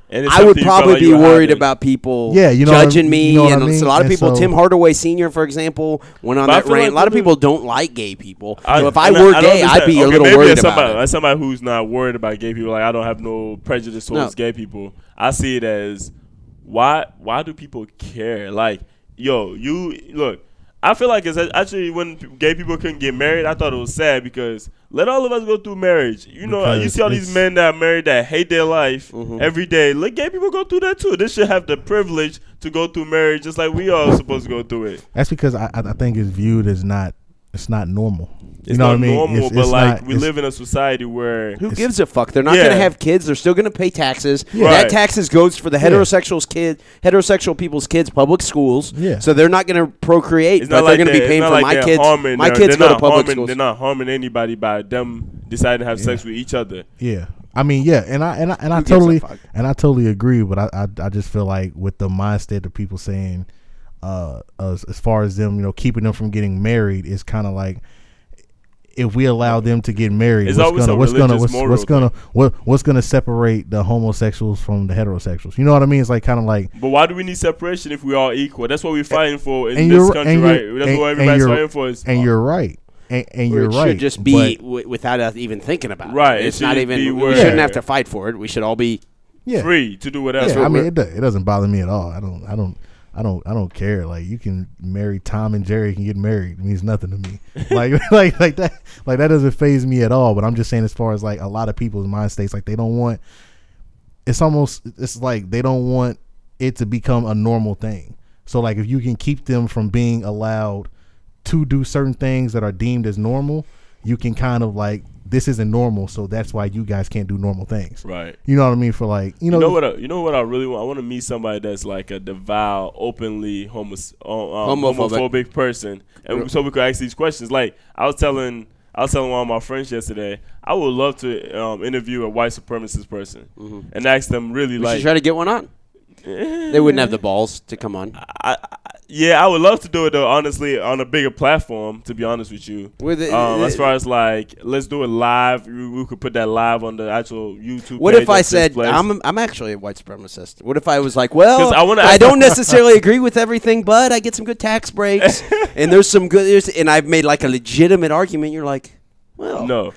and it's I would something you felt probably like be you were worried hiding. about people Yeah, you know what I- judging me. you know what I and mean? a lot of And people, so- Tim Hardaway Sr., for example, went on But I that feel rant. like a lot of people- people don't like gay people. so if I and were don't gay, I'd understand. be a Okay, little maybe worried as somebody, about it. As somebody who's not worried about gay people, like I don't have no prejudice No. towards gay people. I see it as why? Why do people care? Like, yo, you look. I feel like it's actually when p- gay people couldn't get married, I thought it was sad because let all of us go through marriage. You know, you Because see all these it's- men that are married that hate their life Mm-hmm. every day. Let gay people go through that too. They should have the privilege to go through marriage just like we all supposed to go through it. That's because I, I I think it's viewed as not it's not normal. It's not normal, but like we live in a society where Who gives a fuck? They're not Yeah. going to have kids. They're still going to pay taxes. Yeah. That Right. taxes goes for the heterosexuals' kid, heterosexual people's kids, public schools. Yeah. So they're not going to procreate, It's but not they're like going to be they're- paying it's for not like my they're kids. harming- my they're- kids they're go to not public harming, schools. They're not harming anybody by them deciding to have sex with each other. Yeah, I mean, yeah, and I and I and I Who gives a totally fuck? and I totally agree, but I, I I just feel like with the mindset of people saying, uh, as, as far as them, you know, keeping them from getting married is kind of like if we allow them to get married, It's what's always gonna a what's gonna religious what's, moral what's gonna what what's gonna separate the homosexuals from the heterosexuals? You know what I mean? It's like kind of like But why do we need separation if we're all equal? That's what we're fighting for in and this you're country, and right? you're That's and, what and everybody's you're- fighting for. Is and you're right, and, and Or you're it right. should just be w- without us even thinking about it. Right, it It's should not just even. be We where- shouldn't have to fight for it. We should all be. yeah. free to do whatever. yeah, I mean, it, do- it doesn't bother me at all. I don't, I don't, I don't, I don't care. Like you can marry Tom and Jerry can get married. It means nothing to me. like, like, like that, like that doesn't phase me at all. But I'm just saying, as far as like a lot of people's mind states, like they don't want. It's almost, it's like they don't want it to become a normal thing. So like, if you can keep them from being allowed to do certain things that are deemed as normal, you can kind of like this isn't normal, so that's why you guys can't do normal things. right. You know what I mean? For like, you know, You know what? I, you know what I really want. I want to meet somebody that's like a devout, openly homos, uh, um, Homophobic. homophobic. person, and so we could ask these questions. Like I was telling, I was telling one of my friends yesterday. I would love to um, interview a white supremacist person and ask them really We like should Mm-hmm. try to get one on. They wouldn't have the balls to come on. I, I- yeah, I would love to do it though. Honestly, on a bigger platform, to be honest with you. With it- um, as far as like, let's do it live. We, we could put that live on the actual YouTube. What page if I that's said displayed. I'm I'm actually a white supremacist? What if I was like, well, 'Cause I I, wanna- don't necessarily agree with everything, but I get some good tax breaks, and there's some good, there's, and I've made like a legitimate argument. You're like, well, no?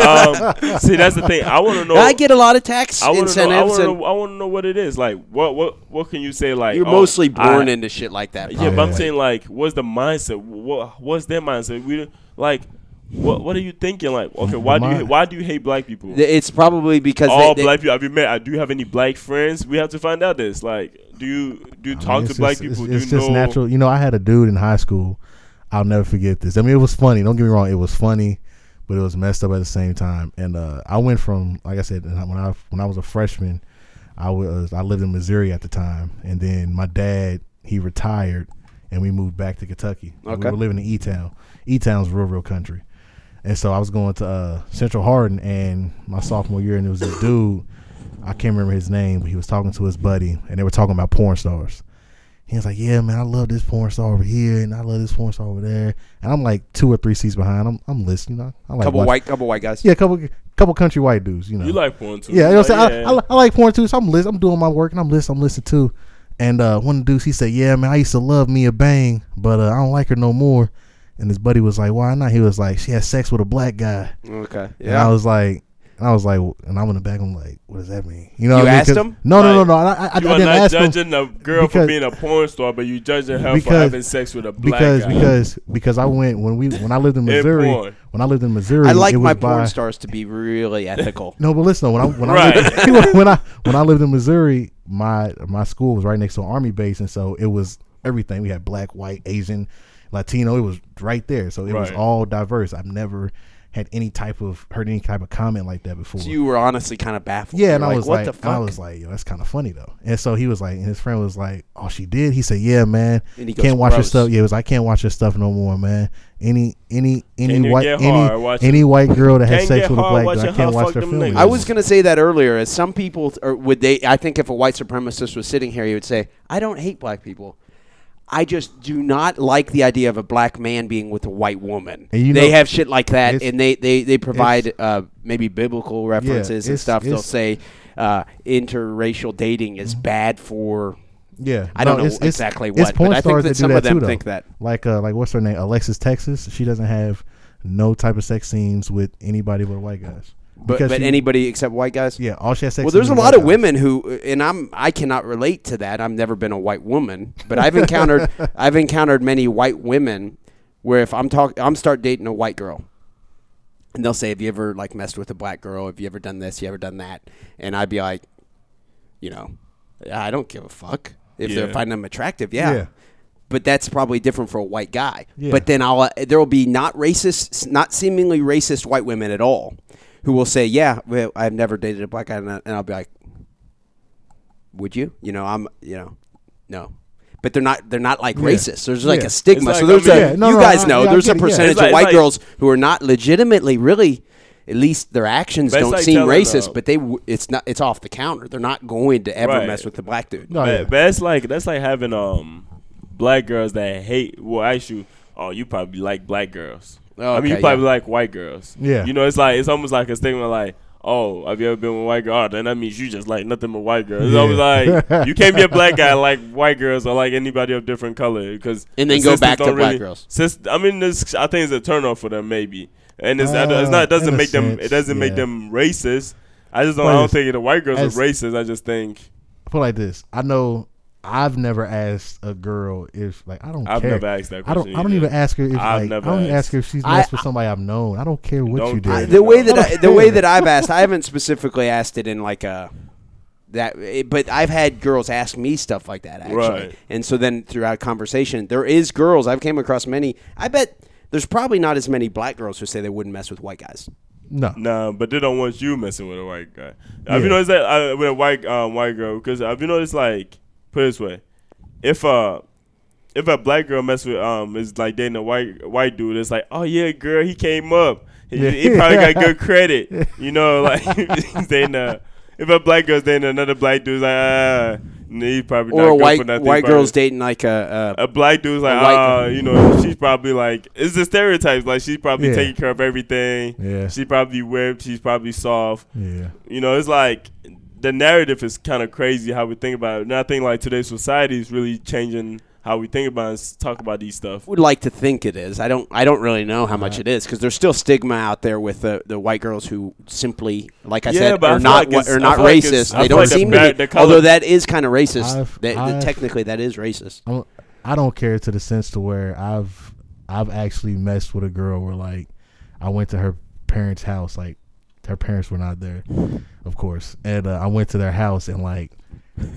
um, see, that's the thing. I want to know. I get a lot of tax I want to know. I incentives. want to and know, I wanna know what it is. Like, what, what, what can you say? Like, you're oh, mostly I- born into shit like that. Yeah, probably. but I'm Yeah. saying like, what's the mindset? What what's their mindset? We don't- like, what what are you thinking? Like, okay, why do you mind. why do you hate black people? Th- it's probably because they- all they- black people. Have you met? uh, Do you have any black friends? We have to find out this. Like, do you do you I mean, talk it's to black just- people? It's, it's do you just know? natural. You know, I had a dude in high school. I'll never forget this. I mean, it was funny. Don't get me wrong. It was funny, but it was messed up at the same time. And uh, I went from, like I said, when I when I was a freshman, I was I lived in Missouri at the time, and then my dad he retired, and we moved back to Kentucky. Okay. We were living in E Town. E Town's real, real country. And so I was going to uh, Central Hardin, and my sophomore year, and there was this dude. I can't remember his name, but he was talking to his buddy, and they were talking about porn stars. He was like, "Yeah, man, I love this porn star over here, and I love this porn star over there." And I'm like two or three seats behind. I'm I'm listening. I, I like couple watch- white, couple white guys. yeah, couple couple country white dudes. You know, You like porn too? yeah, you know what I'm Like, saying? yeah. I, I, li- I like porn too, so I'm listening. I'm doing my work and I'm listening. I'm listening too. And uh, one of the dudes, he said, "Yeah, man, I used to love Mia Bang, but uh, I don't like her no more." And his buddy was like, "Why not?" He was like, "She had sex with a black guy." Okay. And I Yeah. was like, And I was like, and I'm in the back. I'm like, what does that mean? You know, You what I mean? asked 'Cause- him? No, no, no, Like, no. I, I, I You are didn't not ask him judging a girl for because- being a porn star, but you judging her for Because- having sex with a black because guy. because because I went when we when I lived in In Missouri. porn. when I lived in Missouri, I like it was my by, porn stars to be really ethical. No, but listen, though, when I when I lived, when I when I lived in Missouri, my my school was right next to an army base, and so it was everything. We had black, white, Asian, Latino. It was right there, so it was Right. all diverse. I've never had any type of heard any type of comment like that before. So you were honestly kind of baffled. yeah, You and were I was what like, the and I fuck? was like, yo, that's kind of funny though. And so he was like, and his friend was like, oh, she did. He said, yeah, man, And he goes, can't watch your "Gross." stuff. Yeah, it was I can't watch your stuff no more, man. Any any Can any you white get hard any, watching- any white girl that Can't has sex get with a hard black watching girl, I her can't watch fuck their them film. niggas. with I you." was gonna say that earlier. As some people t- or would they? I think if a white supremacist was sitting here, he would say, "I don't hate black people. I just do not like the idea of a black man being with a white woman. And you they know- have shit like that, it's- and they they they provide uh, maybe biblical references and it's- stuff. They'll it's- say Mm-hmm. uh, interracial dating is bad for." Yeah, I don't know exactly it's what, but porn I think stars that do some of them too, though. think that. Like, uh, like what's her name? Alexis Texas. She doesn't have no type of sex scenes with anybody but white guys. But, Because but she- anybody except white guys. yeah, all she has sex. Well, with there's is a white lot of guys. women who, and I'm I cannot relate to that. I've never been a white woman, but I've encountered I've encountered many white women where if I'm talk I'm start dating a white girl, and they'll say, "Have you ever like messed with a black girl? Have you ever done this? You ever done that?" And I'd be like, you know, I don't give a fuck if Yeah. they're finding them attractive. Yeah. Yeah. But that's probably different for a white guy. Yeah. But then I'll uh, there will be not racist, not seemingly racist white women at all, who will say, "Yeah, well, I've never dated a black guy," and I- and I'll be like, "Would you? You know, I'm, you know, no." But they're not. They're not like racists. There's like Yeah. a stigma. It's so like, I there's mean- a. Yeah, no, you no, guys I- know. yeah, I there's a get it, yeah. percentage It's like- of it's white like- girls who are not legitimately really. At least their actions But it's don't like seem telling, racist, uh, but they w- it's not it's off the counter. They're not going to ever Right. mess with the black dude. No, but, yeah. but that's like that's like having um black girls that hate will ask you, oh, you probably like black girls. I mean, you Okay, probably yeah. like white girls. Yeah. you know, it's like it's almost like a stigma, like. Oh, have you ever been with white girl? Oh, then that means you just like nothing but white girls. It's Yeah. always like you can't be a black guy and like white girls or like anybody of different color because And then the go sisters back to don't black girls. Sis, I mean, this I think it's a turnoff for them maybe, and it's, I don't- it's Uh, not it doesn't in a make them it sense, doesn't make yeah. them racist. I just don't I But don't it's- think the white girls as- are racist. I just think Put it like this. I know. I've never asked a girl if like I don't I've care. never asked that I don't. question I don't either. even ask her if I've like, never I don't even asked. ask her if she's I- messed with somebody I've known. I don't care what Don't- you I- did. the way No. that I, the way that I've asked, I haven't specifically asked it in like a that, it- but I've had girls ask me stuff like that actually, Right. and so then throughout conversation, there is girls I've came across many. I bet there's probably not as many black girls who say they wouldn't mess with white guys. no. Nah, but they don't want you messing with a white guy. Have you Yeah. noticed that uh, with a white um, white girl? Because have you noticed like put it this way, if uh if a black girl mess with um is like dating a white white dude, it's like oh yeah, girl, he came up. He, he Yeah. probably got good credit, you know. Like he's dating a if a black girl's dating another black dude's like ah, nah, he probably Or not a good for white nothing. white probably. girls dating like a, a a black dude's like, A white- ah, you know, she's probably like, it's the stereotypes. Like, she's probably Yeah. taking care of everything. Yeah. She probably whipped. She's probably soft. Yeah. You know, it's like the narrative is kind of crazy how we think about it. And I think like today's society is really changing how we think about and s- talk about these stuff. would like to think it is. I don't. I don't really know how much it is because there's still stigma out there with the, the white girls who simply, like I Yeah, said, but I are feel not like wa- it's- I are not feel like it's- racist. I they feel don't like the seem ba- to the be. color- Although that is kind of racist. I've- That- that- I've- technically, that is racist. I'm, I don't care to the sense to where I've I've actually messed with a girl where like I went to her parents' house like her parents were not there, of course, and uh, I went to their house and like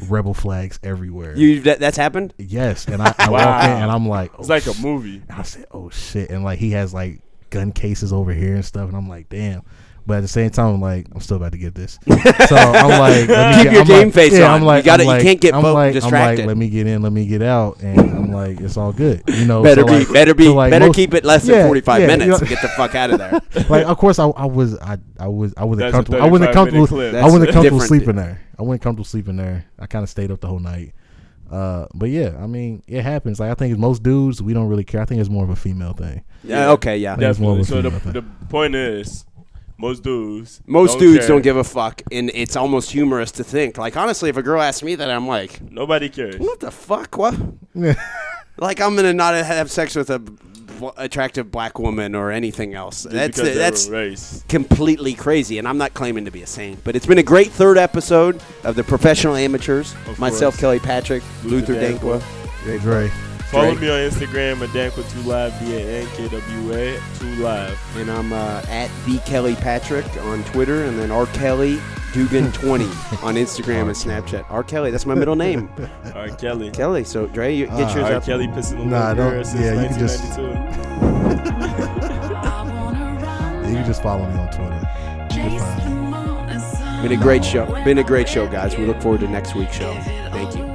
rebel flags everywhere. You that, that's happened. yes, and I, I Wow. walk in and I'm like, oh, It's like a sh- movie. I said, oh shit, and like he has like gun cases over here and stuff, and I'm like, damn. But at the same time, I'm like, I'm still about to get this. So I'm like, let Keep me get- your I'm game like- face yeah, on. I'm You like, gotta- I'm you like- can't get I'm both like, I'm distracted. like, let me get in, let me get out, and I'm like, it's all good. You know, Better Oh, so be, like- better be, so like better most- keep it less yeah, than forty five yeah, you minutes. know, Get the fuck out of there. like, of course, I, I was, I, I was, I wasn't That's a comfortable. I wasn't 35 minute comfortable. clip. I wasn't That's comfortable different. sleeping there. I wasn't comfortable sleeping there. I kind of stayed up the whole night. Uh, but yeah, I mean, it happens. Like I think most dudes, we don't really care. I think it's more of a female thing. Yeah, okay, yeah. That's more Definitely. So what the, we think. the point is, most dudes. Most dudes care. don't give a fuck, and it's almost humorous to think. Like honestly, if a girl asks me that, I'm like, Nobody cares. what the fuck? What? like I'm gonna not have sex with a b- bl- attractive black woman or anything else. that's because the, they're that's a race. completely crazy, and I'm not claiming to be a saint, but it's been a great third episode of the Professional Amateurs. Myself, course. Kelly Patrick, Luther, Luther Dankwa. Dankwa. Dre. Dre. Follow Drake. me on Instagram at Dankwa2Live, D A N K W A 2 Live. and I'm uh, at the Kelly Patrick on Twitter, and then R Kelly Dugan twenty on Instagram and Snapchat. R Kelly, that's my middle name, All right, Kelly. Kelly. So Dre, you, get Ah, yours R. up. Kelly pissing on Nah, nah, don't- girl since yeah, you can just- 1992. I wanna run. You can just follow me on Twitter. Chase the morning sun. Been a great show. Been a great show, guys. We look forward to next week's show. Thank you.